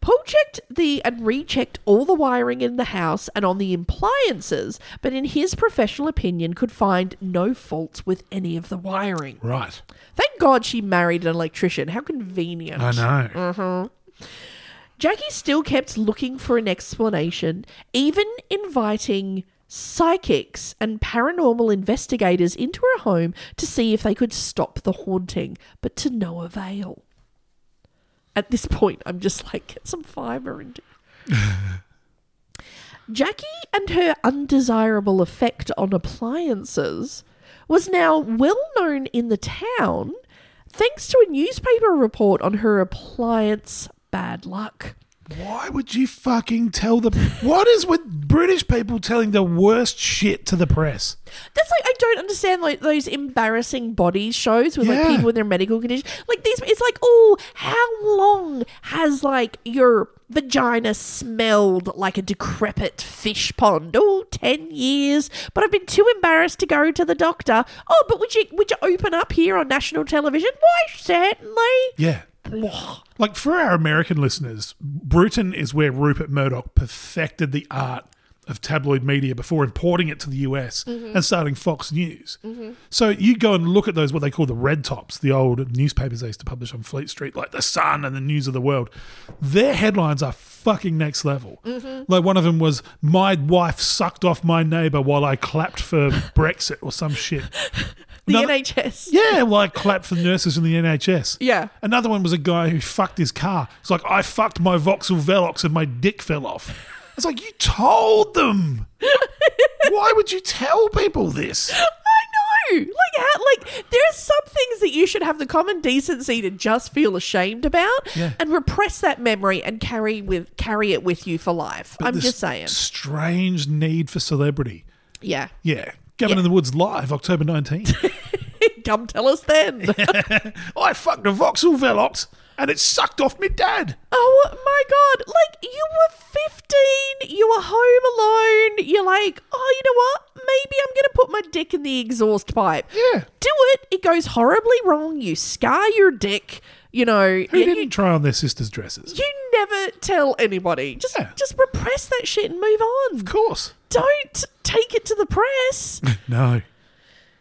Speaker 2: Paul checked the and rechecked all the wiring in the house and on the appliances, but in his professional opinion could find no faults with any of the wiring.
Speaker 1: Right.
Speaker 2: Thank God she married an electrician. How convenient.
Speaker 1: I know.
Speaker 2: Jackie still kept looking for an explanation, even inviting psychics and paranormal investigators into her home to see if they could stop the haunting, but to no avail. At this point, I'm just like, get some fiber and. Jackie and her undesirable effect on appliances was now well known in the town thanks to a newspaper report on her appliance bad luck.
Speaker 1: Why would you fucking tell the? What is with British people telling the worst shit to the press?
Speaker 2: That's like I don't understand like those embarrassing body shows with like
Speaker 1: Yeah.
Speaker 2: people with their medical condition. Like these, it's like oh, how long has like your vagina smelled like a decrepit fish pond? Oh, 10 years. But I've been too embarrassed to go to the doctor. Oh, but would you would you open up here on national television? Why certainly.
Speaker 1: Yeah. Like for our American listeners, Britain is where Rupert Murdoch perfected the art of tabloid media before importing it to the US and starting Fox News. So you go and look at those what they call the red tops, the old newspapers they used to publish on Fleet Street, like the Sun and the News of the World. Their headlines are fucking next level. Like one of them was, "My wife sucked off my neighbor while I clapped for Brexit" or some shit.
Speaker 2: The
Speaker 1: None-
Speaker 2: NHS.
Speaker 1: yeah, well, I clapped for nurses in the NHS.
Speaker 2: Yeah.
Speaker 1: Another one was a guy who fucked his car. It's like, I fucked my Vauxhall Velox and my dick fell off. It's like, you told them. Why would you tell people this?
Speaker 2: I know. Like, how, like there are some things that you should have the common decency to just feel ashamed about,
Speaker 1: Yeah.
Speaker 2: and repress that memory and carry with carry it with you for life. I'm
Speaker 1: This
Speaker 2: just saying.
Speaker 1: Strange need for celebrity.
Speaker 2: Yeah,
Speaker 1: Yeah. Gavin in the Woods live, October 19th.
Speaker 2: come tell us then.
Speaker 1: I fucked a Vauxhall Velox and it sucked off me dad.
Speaker 2: Oh my god! Like you were fifteen, you were home alone. You're like, oh, you know what? Maybe I'm gonna put my dick in the exhaust pipe.
Speaker 1: Yeah.
Speaker 2: Do it. It goes horribly wrong. You scar your dick. You know.
Speaker 1: Who
Speaker 2: you,
Speaker 1: didn't try on their sister's dresses?
Speaker 2: You, you never tell anybody. Just
Speaker 1: Yeah.
Speaker 2: just repress that shit and move on.
Speaker 1: Of course.
Speaker 2: Don't take it to the press.
Speaker 1: No.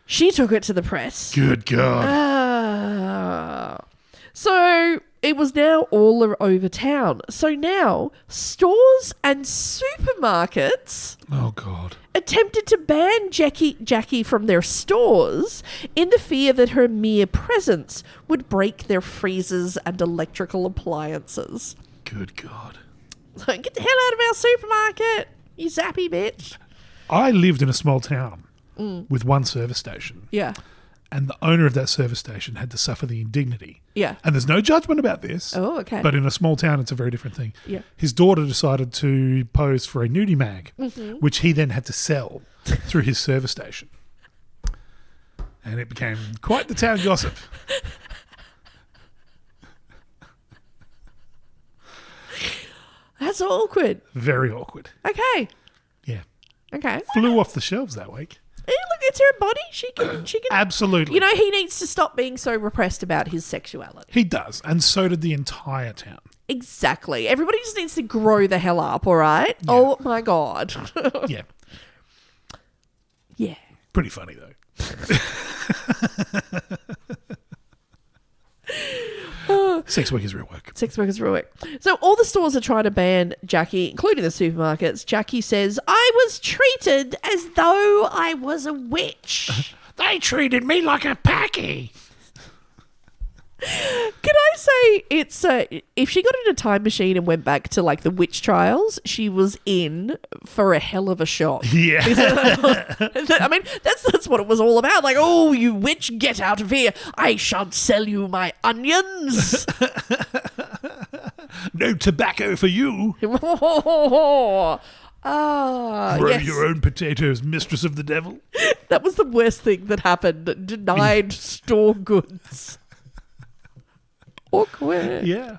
Speaker 2: she took it to the press.
Speaker 1: Good God.
Speaker 2: Ah. So it was now all o- over town. So now stores and supermarkets
Speaker 1: Oh, God.
Speaker 2: attempted to ban Jackie Jackie from their stores in the fear that her mere presence would break their freezers and electrical appliances.
Speaker 1: Good God.
Speaker 2: Like, get the hell out of our supermarket, you zappy bitch.
Speaker 1: I lived in a small town with one service station,
Speaker 2: Mm. Yeah.
Speaker 1: and the owner of that service station had to suffer the indignity.
Speaker 2: Yeah.
Speaker 1: And there's no judgment about this.
Speaker 2: Oh, okay.
Speaker 1: But in a small town, it's a very different thing.
Speaker 2: Yeah.
Speaker 1: His daughter decided to pose for a nudie mag,
Speaker 2: Mm-hmm.
Speaker 1: which he then had to sell through his service station. And it became quite the town gossip.
Speaker 2: That's awkward.
Speaker 1: Very awkward.
Speaker 2: Okay.
Speaker 1: Yeah.
Speaker 2: Okay.
Speaker 1: Flew off the shelves that week.
Speaker 2: Eh, look, it's her body. She can she can
Speaker 1: Absolutely.
Speaker 2: You know, he needs to stop being so repressed about his sexuality.
Speaker 1: he does. And so did the entire town.
Speaker 2: Exactly. Everybody just needs to grow the hell up, all right? Oh my God.
Speaker 1: Yeah.
Speaker 2: yeah.
Speaker 1: Pretty funny, though. Sex work is real work.
Speaker 2: Sex workers rule it. So, all the stores are trying to ban Jackie, including the supermarkets. Jackie says, I was treated as though I was a witch.
Speaker 1: They treated me like a packy.
Speaker 2: Can I say it's uh, if she got in a time machine and went back to like the witch trials, she was in for a hell of a shot.
Speaker 1: Yeah.
Speaker 2: I mean, that's that's what it was all about. Like, oh, you witch, get out of here! I shan't sell you my onions.
Speaker 1: no tobacco for you.
Speaker 2: Ah,
Speaker 1: Grow
Speaker 2: yes.
Speaker 1: your own potatoes, mistress of the devil.
Speaker 2: That was the worst thing that happened. Denied store goods. Awkward.
Speaker 1: Yeah.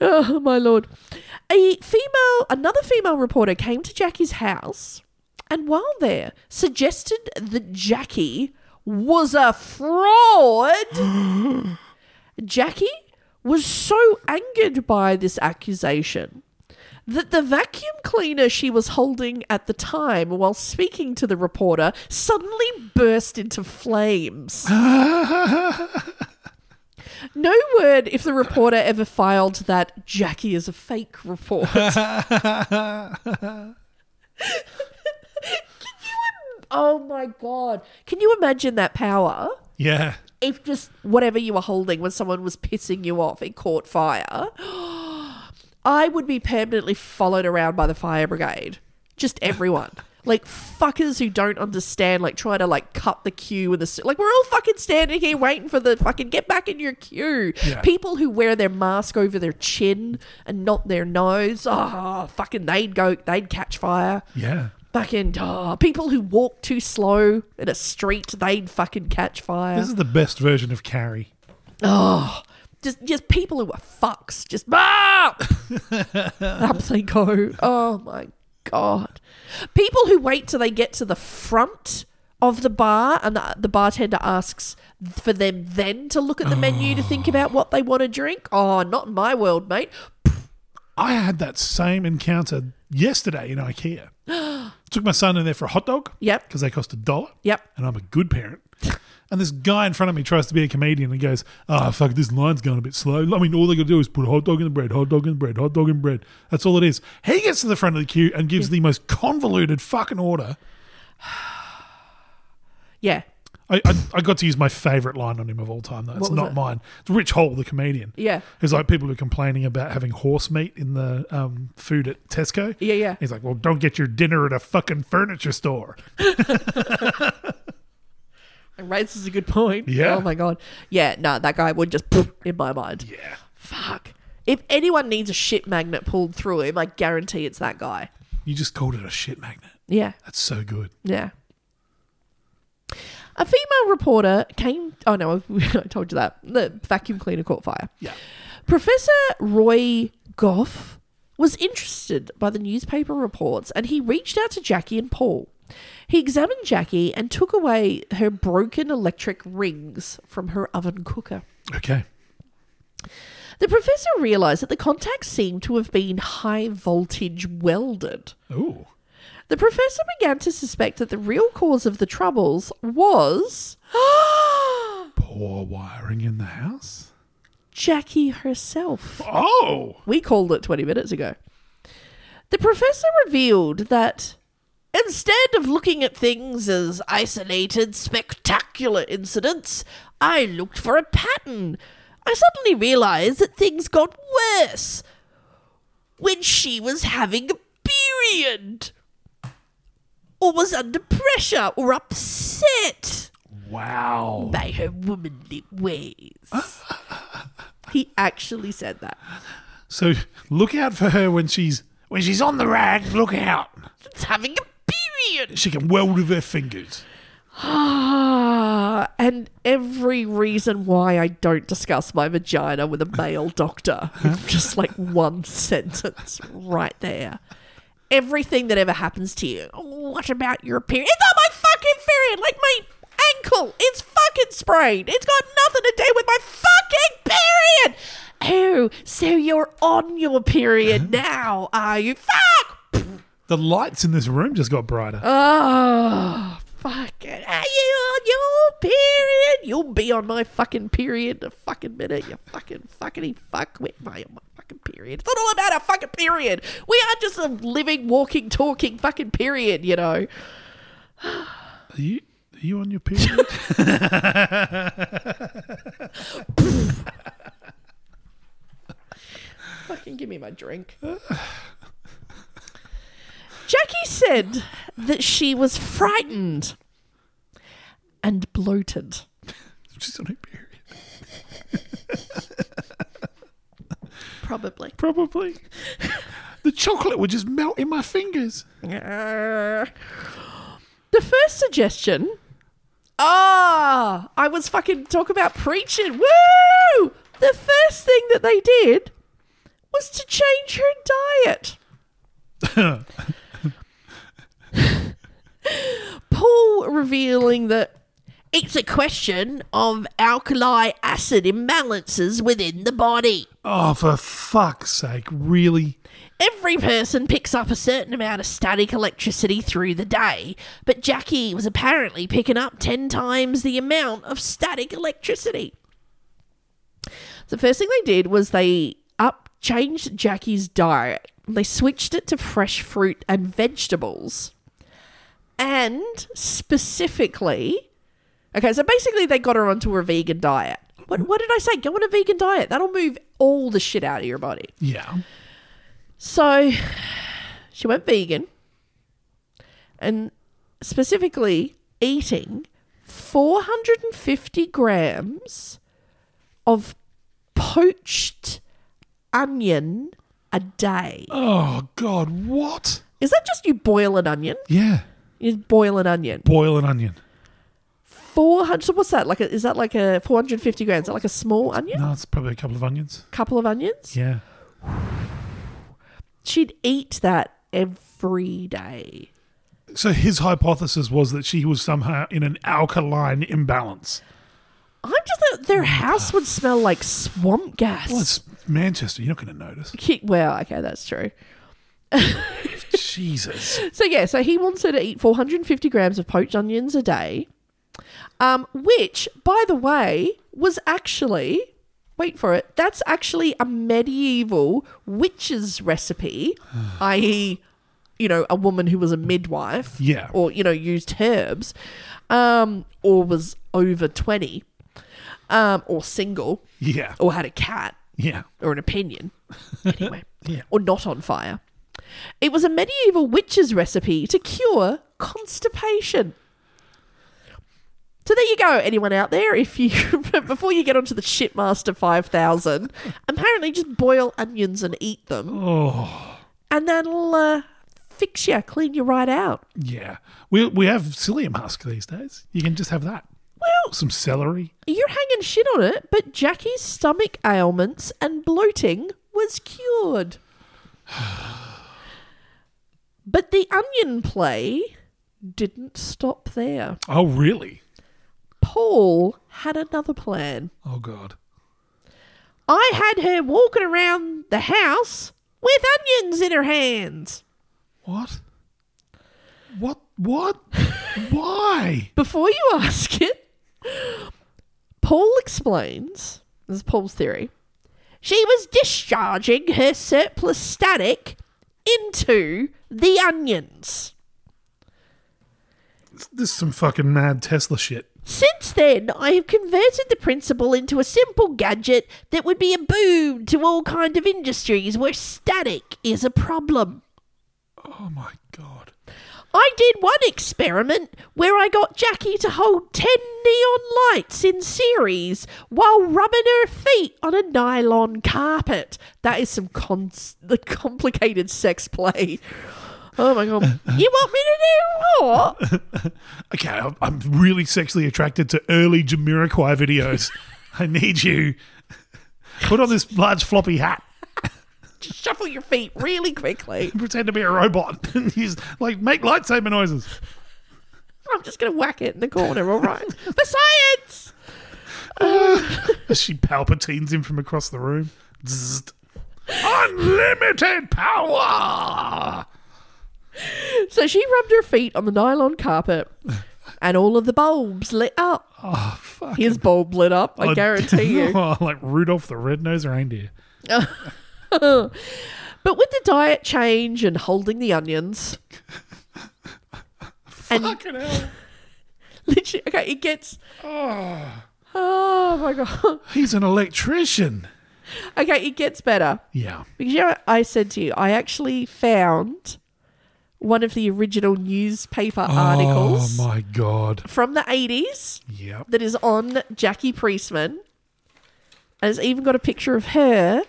Speaker 2: Oh my lord. A female, another female reporter came to Jackie's house, and while there, suggested that Jackie was a fraud. Jackie was so angered by this accusation that the vacuum cleaner she was holding at the time while speaking to the reporter suddenly burst into flames. No word if the reporter ever filed that Jackie is a fake report. oh my god. Can you imagine that power?
Speaker 1: yeah.
Speaker 2: If just whatever you were holding when someone was pissing you off, it caught fire. I would be permanently followed around by the fire brigade. Just everyone. Like fuckers who don't understand, like trying to like cut the queue and the like. We're all fucking standing here waiting for the fucking get back in your queue.
Speaker 1: Yeah.
Speaker 2: People who wear their mask over their chin and not their nose. Oh, fucking they'd go, they'd catch fire.
Speaker 1: Yeah.
Speaker 2: Fucking oh, people who walk too slow in a street, they'd fucking catch fire.
Speaker 1: This is the best version of Carrie.
Speaker 2: Oh, just just people who are fucks. Just ah! up they go. Oh my god! People who wait till they get to the front of the bar and the, the bartender asks for them then to look at the menu to think about what they want to drink. Oh, not in my world, mate.
Speaker 1: I had that same encounter yesterday in IKEA. Took my son in there for a hot dog.
Speaker 2: Yep.
Speaker 1: Because they cost a dollar.
Speaker 2: Yep.
Speaker 1: And I'm a good parent. And this guy in front of me tries to be a comedian and goes, Oh, fuck, this line's going a bit slow. I mean, all they got to do is put hot dog in the bread, hot dog in the bread, hot dog in bread. That's all it is. He gets to the front of the queue and gives the most convoluted fucking order.
Speaker 2: Yeah,
Speaker 1: I, I, I got to use my favourite line on him of all time, though. It's
Speaker 2: What was
Speaker 1: not
Speaker 2: it?
Speaker 1: mine. It's Rich Hole, the comedian.
Speaker 2: Yeah.
Speaker 1: It's like people who are complaining about having horse meat in the um, food at Tesco.
Speaker 2: Yeah, yeah.
Speaker 1: He's like, well, don't get your dinner at a fucking furniture store.
Speaker 2: and raises a good point.
Speaker 1: Yeah.
Speaker 2: Oh my god. Yeah. No, that guy would just in my mind.
Speaker 1: Yeah.
Speaker 2: Fuck. If anyone needs a shit magnet pulled through him, I guarantee it's that guy.
Speaker 1: You just called it a shit magnet.
Speaker 2: Yeah.
Speaker 1: That's so good.
Speaker 2: Yeah. A female reporter came. Oh no, I told you that the vacuum cleaner caught fire.
Speaker 1: Yeah.
Speaker 2: Professor Roy Goff was interested by the newspaper reports and he reached out to Jackie and Paul. He examined Jackie and took away her broken electric rings from her oven cooker.
Speaker 1: Okay.
Speaker 2: The professor realized that the contacts seemed to have been high voltage welded.
Speaker 1: Ooh.
Speaker 2: The professor began to suspect that the real cause of the troubles was
Speaker 1: Poor wiring in the house.
Speaker 2: Jackie herself.
Speaker 1: Oh.
Speaker 2: We called it 20 minutes ago. The professor revealed that instead of looking at things as isolated, spectacular incidents, I looked for a pattern. I suddenly realized that things got worse when she was having a period, or was under pressure, or upset
Speaker 1: Wow.
Speaker 2: by her womanly ways. he actually said that.
Speaker 1: So look out for her when she's when she's on the rag. Look out.
Speaker 2: It's having a period.
Speaker 1: She can weld with her fingers.
Speaker 2: Ah, and every reason why I don't discuss my vagina with a male doctor. Just like one sentence right there. Everything that ever happens to you. Oh, what about your period? It's not my fucking period. Like my ankle. It's fucking sprained. It's got nothing to do with my fucking period. Oh, so you're on your period now, are you? Fuck!
Speaker 1: The lights in this room just got brighter.
Speaker 2: Oh, fucking. Are you on your period? You'll be on my fucking period in a fucking minute. You fucking fuckity fuck. Where am I on my fucking period? It's not all about our fucking period. We are just a living, walking, talking fucking period, you know.
Speaker 1: Are you are you on your period?
Speaker 2: Fucking give me my drink. Jackie said that she was frightened and bloated.
Speaker 1: she's on her period.
Speaker 2: Probably.
Speaker 1: Probably. the chocolate would just melt in my fingers.
Speaker 2: The first suggestion. Ah, I was fucking talk about preaching. Woo! The first thing that they did was to change her diet. Paul revealing that it's a question of alkali acid imbalances within the body.
Speaker 1: Oh, for fuck's sake, really?
Speaker 2: Every person picks up a certain amount of static electricity through the day, but Jackie was apparently picking up 10 times the amount of static electricity. The first thing they did was they up changed Jackie's diet. They switched it to fresh fruit and vegetables. And specifically, okay, so basically they got her onto a vegan diet. What, what did I say? Go on a vegan diet. That'll move all the shit out of your body.
Speaker 1: Yeah.
Speaker 2: So she went vegan and specifically eating 450 grams of poached onion a day.
Speaker 1: Oh God, what?
Speaker 2: Is that just you boil an onion?
Speaker 1: Yeah.
Speaker 2: You boil an onion.
Speaker 1: Boil an onion.
Speaker 2: 400 so what's that? Like a, is that like a 450 grams? Is that like a small onion?
Speaker 1: No, it's probably a couple of onions.
Speaker 2: Couple of onions?
Speaker 1: Yeah.
Speaker 2: She'd eat that every day.
Speaker 1: So his hypothesis was that she was somehow in an alkaline imbalance.
Speaker 2: I'm just that their house would smell like swamp gas.
Speaker 1: Oh Well, it's Manchester. You're not going to notice.
Speaker 2: Ki- well, okay, that's true.
Speaker 1: Jesus.
Speaker 2: So yeah, so he wants her to eat 450 grams of poached onions a day, um, which, by the way, was actually wait for it. That's actually a medieval witch's recipe, i.e., you know, a woman who was a midwife,
Speaker 1: Yeah.
Speaker 2: or you know, used herbs, um, or was over 20, um, or single,
Speaker 1: Yeah.
Speaker 2: or had a cat.
Speaker 1: Yeah.
Speaker 2: or an opinion, anyway,
Speaker 1: Yeah.
Speaker 2: or not on fire. It was a medieval witch's recipe to cure constipation. So there you go, anyone out there. If you before you get onto the shitmaster five thousand, apparently just boil onions and eat them,
Speaker 1: Oh.
Speaker 2: and that'll uh, fix you, clean you right out.
Speaker 1: Yeah. We, we have psyllium husk these days. You can just have that. Well, some celery.
Speaker 2: You're hanging shit on it, but Jackie's stomach ailments and bloating was cured. but the onion play didn't stop there.
Speaker 1: Oh, really?
Speaker 2: Paul had another plan.
Speaker 1: Oh, God.
Speaker 2: I had her walking around the house with onions in her hands.
Speaker 1: What? What? What? Why?
Speaker 2: Before you ask it, Paul explains this is Paul's theory. She was discharging her surplus static into the onions.
Speaker 1: This is some fucking mad Tesla shit.
Speaker 2: Since then, I have converted the principle into a simple gadget that would be a boom to all kind of industries where static is a problem.
Speaker 1: Oh, my God.
Speaker 2: I did one experiment where I got Jackie to hold 10 neon lights in series while rubbing her feet on a nylon carpet. That is some cons- the complicated sex play. Oh my god. you want me to do what?
Speaker 1: Okay, I'm, I'm really sexually attracted to early Jamiroquai videos. I need you. Put on this large floppy hat.
Speaker 2: Just shuffle your feet really quickly.
Speaker 1: Pretend to be a robot. and use, like, make lightsaber noises.
Speaker 2: I'm just going to whack it in the corner, all right? For science!
Speaker 1: As she palpatines him from across the room. Zzzt. Unlimited power!
Speaker 2: So she rubbed her feet on the nylon carpet and all of the bulbs lit up. Oh, fuck. His bulb lit up, I guarantee you.
Speaker 1: Oh, like Rudolph the Red-Nosed Reindeer.
Speaker 2: But with the diet change and holding the onions, and
Speaker 1: Fucking hell.
Speaker 2: literally, okay, it gets.
Speaker 1: Ah.
Speaker 2: Oh my god.
Speaker 1: He's an electrician.
Speaker 2: Okay, it gets better
Speaker 1: Yeah.
Speaker 2: because you know what I said to you. I actually found one of the original newspaper articles
Speaker 1: Oh, my God.
Speaker 2: from the eighties
Speaker 1: Yep.
Speaker 2: that is on Jackie Priestman, and it's even got a picture of her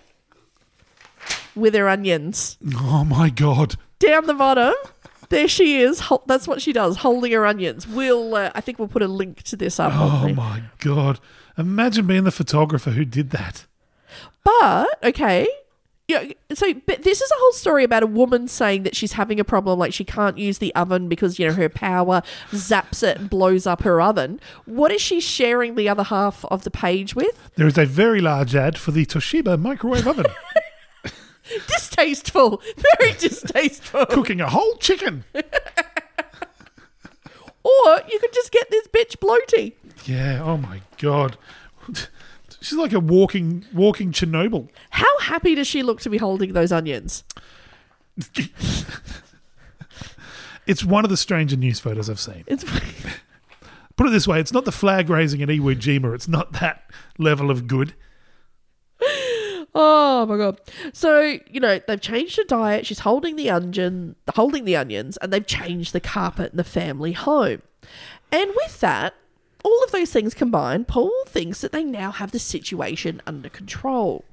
Speaker 2: with her onions.
Speaker 1: Oh, my God.
Speaker 2: down the bottom. There she is. Hol- that's what she does, holding her onions. We'll, uh, I think we'll put a link to this up.
Speaker 1: Oh,
Speaker 2: hopefully.
Speaker 1: my God. Imagine being the photographer who did that.
Speaker 2: But okay, yeah. So, but this is a whole story about a woman saying that she's having a problem, like she can't use the oven because you know her power zaps it and blows up her oven. What is she sharing the other half of the page with?
Speaker 1: There is a very large ad for the Toshiba microwave oven
Speaker 2: Distasteful, very distasteful.
Speaker 1: cooking a whole chicken.
Speaker 2: Or you could just get this bitch bloaty.
Speaker 1: Yeah. Oh my god. She's like a walking walking Chernobyl.
Speaker 2: How happy does she look to be holding those onions?
Speaker 1: It's one of the stranger news photos I've seen.
Speaker 2: It's
Speaker 1: Put it this way, it's not the flag raising at Iwo Jima. It's not that level of good.
Speaker 2: Oh my god! So you know they've changed her diet. She's holding the onion, holding the onions, and they've changed the carpet in the family home. And with that, all of those things combined, Paul thinks that they now have the situation under control.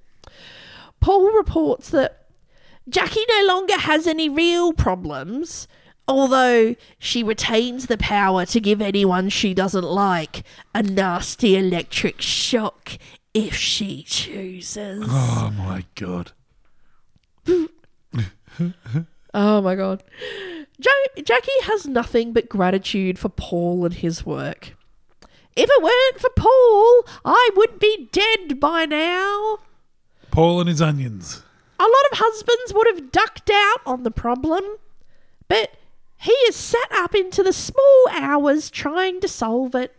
Speaker 2: Paul reports that Jackie no longer has any real problems, although she retains the power to give anyone she doesn't like a nasty electric shock if she chooses.
Speaker 1: Oh my god.
Speaker 2: Oh my god. Ja- Jackie has nothing but gratitude for Paul and his work. If it weren't for Paul, I would be dead by now.
Speaker 1: Paul and his onions.
Speaker 2: A lot of husbands would have ducked out on the problem, but he is sat up into the small hours trying to solve it.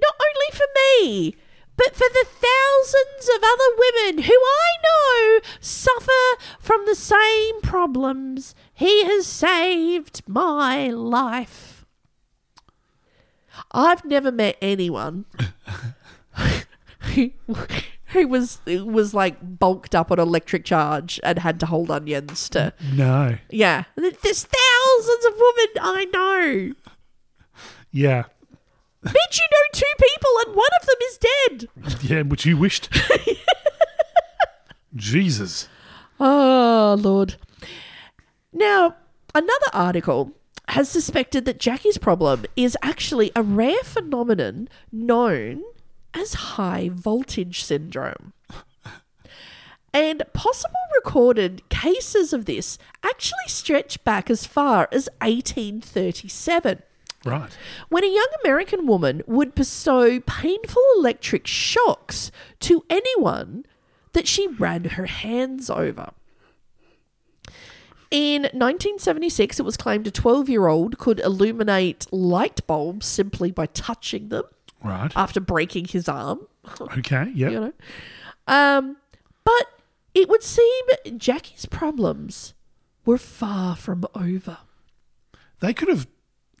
Speaker 2: Not only for me, but for the thousands of other women who I know suffer from the same problems. He has saved my life. I've never met anyone who was who was like bulked up on electric charge and had to hold onions to
Speaker 1: No.
Speaker 2: yeah. There's thousands of women I know.
Speaker 1: Yeah.
Speaker 2: Bitch, you know two people and one of them is dead.
Speaker 1: Yeah, which you wished. Jesus.
Speaker 2: Oh Lord. Now Another article has suspected that Jackie's problem is actually a rare phenomenon known as high voltage syndrome. And possible recorded cases of this actually stretch back as far as 1837
Speaker 1: Right.
Speaker 2: when a young American woman would bestow painful electric shocks to anyone that she ran her hands over. In 1976, it was claimed a 12 year old could illuminate light bulbs simply by touching them
Speaker 1: Right.
Speaker 2: after breaking his arm.
Speaker 1: okay. Yep.
Speaker 2: You know? Um, but it would seem Jackie's problems were far from over.
Speaker 1: They could have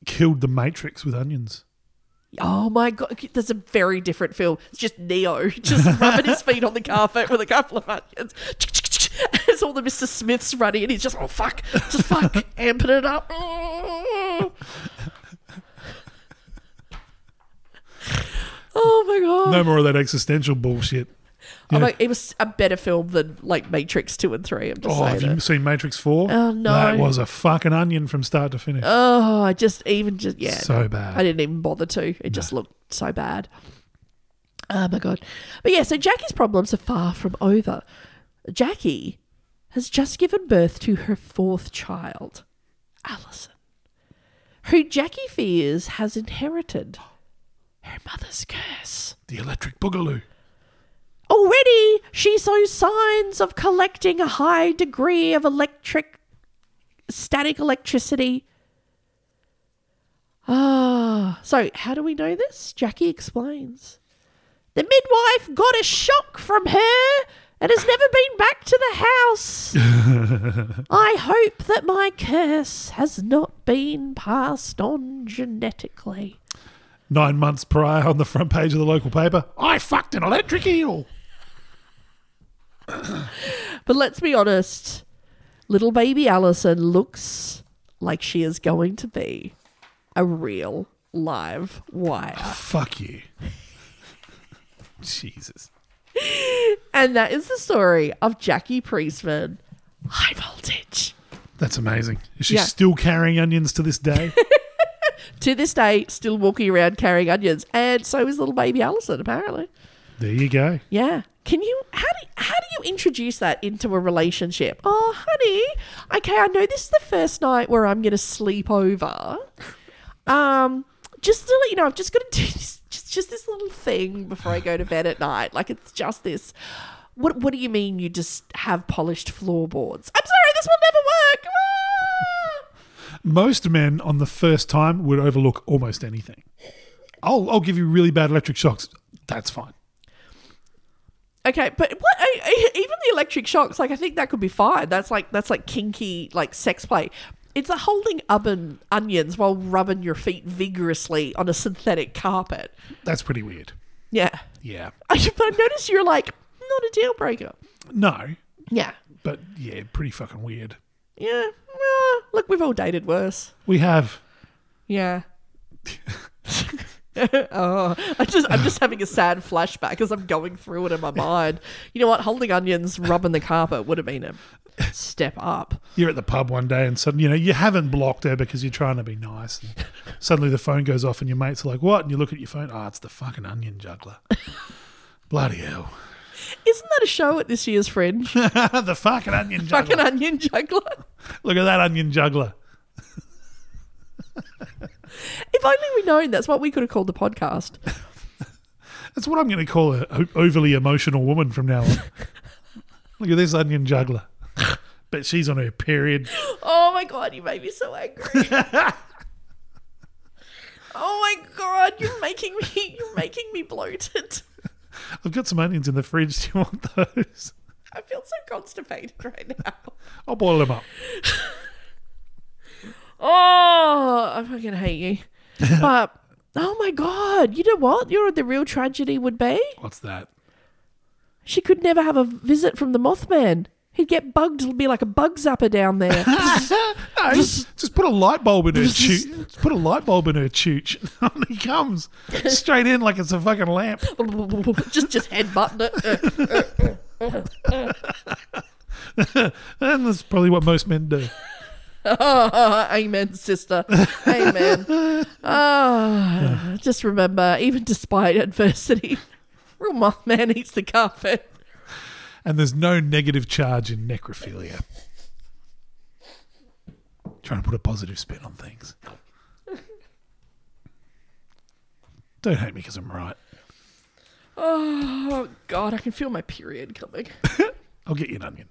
Speaker 1: killed the Matrix with onions.
Speaker 2: Oh my god, that's a very different film. It's just Neo just rubbing his feet on the carpet with a couple of onions. It's all the Mr. Smiths running, and he's just oh fuck, just fuck, amping it up. Oh my god!
Speaker 1: No more of that existential bullshit.
Speaker 2: Oh my- it was a better film than like Matrix two and three. I'm just
Speaker 1: Oh,
Speaker 2: saying.
Speaker 1: have you
Speaker 2: it.
Speaker 1: seen Matrix 4?
Speaker 2: Oh, no.
Speaker 1: That was a fucking onion from start to finish.
Speaker 2: Oh, I just even just yeah.
Speaker 1: So bad.
Speaker 2: I didn't even bother to. It just looked so bad. Oh my god. But yeah, so Jackie's problems are far from over. Jackie has just given birth to her fourth child, Allison, who Jackie fears has inherited her mother's curse.
Speaker 1: The electric boogaloo.
Speaker 2: Already, she shows signs of collecting a high degree of electric, static electricity. Ah, so how do we know this? Jackie explains. The midwife got a shock from her and has never been back to the house. I hope that my curse has not been passed on genetically.
Speaker 1: Nine months prior on the front page of the local paper. I fucked an electric eel.
Speaker 2: But let's be honest, little baby Allison looks like she is going to be a real live wire.
Speaker 1: Fuck you. Jesus.
Speaker 2: And that is the story of Jackie Priestman. High voltage.
Speaker 1: That's amazing. Is she
Speaker 2: Yeah.
Speaker 1: still carrying onions to this day?
Speaker 2: To this day, still walking around carrying onions. And so is little baby Allison, apparently.
Speaker 1: there you go.
Speaker 2: Yeah. Can you how do how do you introduce that into a relationship? Oh, honey. Okay, I know this is the first night where I'm gonna sleep over. Um, just to let you know, I've just gotta do this just just this little thing before I go to bed at night. Like it's just this. What what do you mean you just have polished floorboards? I'm sorry, this will never work. Ah!
Speaker 1: Most men on the first time would overlook almost anything. I'll, I'll give you really bad electric shocks. That's fine.
Speaker 2: Okay, but what? I, I, even the electric shocks, like I think that could be fine. That's like that's like kinky like sex play. It's a holding oven onions while rubbing your feet vigorously on a synthetic carpet.
Speaker 1: That's pretty weird.
Speaker 2: Yeah,
Speaker 1: Yeah.
Speaker 2: I, but I notice you're like not a deal breaker.
Speaker 1: No,
Speaker 2: Yeah,
Speaker 1: but yeah, pretty fucking weird.
Speaker 2: yeah. well, look, we've all dated worse.
Speaker 1: We have
Speaker 2: Yeah. oh, I just I'm just having a sad flashback as I'm going through it in my mind. You know what? Holding onions, rubbing the carpet would have been a step up.
Speaker 1: you're at the pub one day and suddenly you know you haven't blocked her because you're trying to be nice and suddenly the phone goes off and your mates are like what and you look at your phone oh it's the fucking onion juggler bloody hell
Speaker 2: Isn't that a show at this year's Fringe?
Speaker 1: the fucking onion juggler
Speaker 2: Fucking onion juggler.
Speaker 1: look at that onion juggler
Speaker 2: If only we known that's what we could have called the podcast.
Speaker 1: that's what i'm going to call a o- overly emotional woman from now on look at this onion juggler but she's on her period
Speaker 2: Oh my god, you made me so angry. oh my god, you're making me you're making me bloated.
Speaker 1: i've got some onions in the fridge do you want those
Speaker 2: I feel so constipated right now.
Speaker 1: i'll boil them up
Speaker 2: Oh, I fucking hate you. But oh my god, you know what? You know what the real tragedy would be?
Speaker 1: what's that
Speaker 2: She could never have a visit from the Mothman. He'd get bugged. It'll be like a bug zapper down there.
Speaker 1: No, just, just put a light bulb in her chooch. Just Put a light bulb in her chooch. and he comes straight in like it's a fucking lamp.
Speaker 2: just just headbutting it.
Speaker 1: And that's probably what most men do.
Speaker 2: Amen, sister. Amen. Ah, just remember, even despite adversity, real moth man eats the carpet.
Speaker 1: And there's no negative charge in necrophilia. Trying to put a positive spin on things. Don't hate me because I'm right.
Speaker 2: Oh God, I can feel my period coming.
Speaker 1: I'll get you an onion.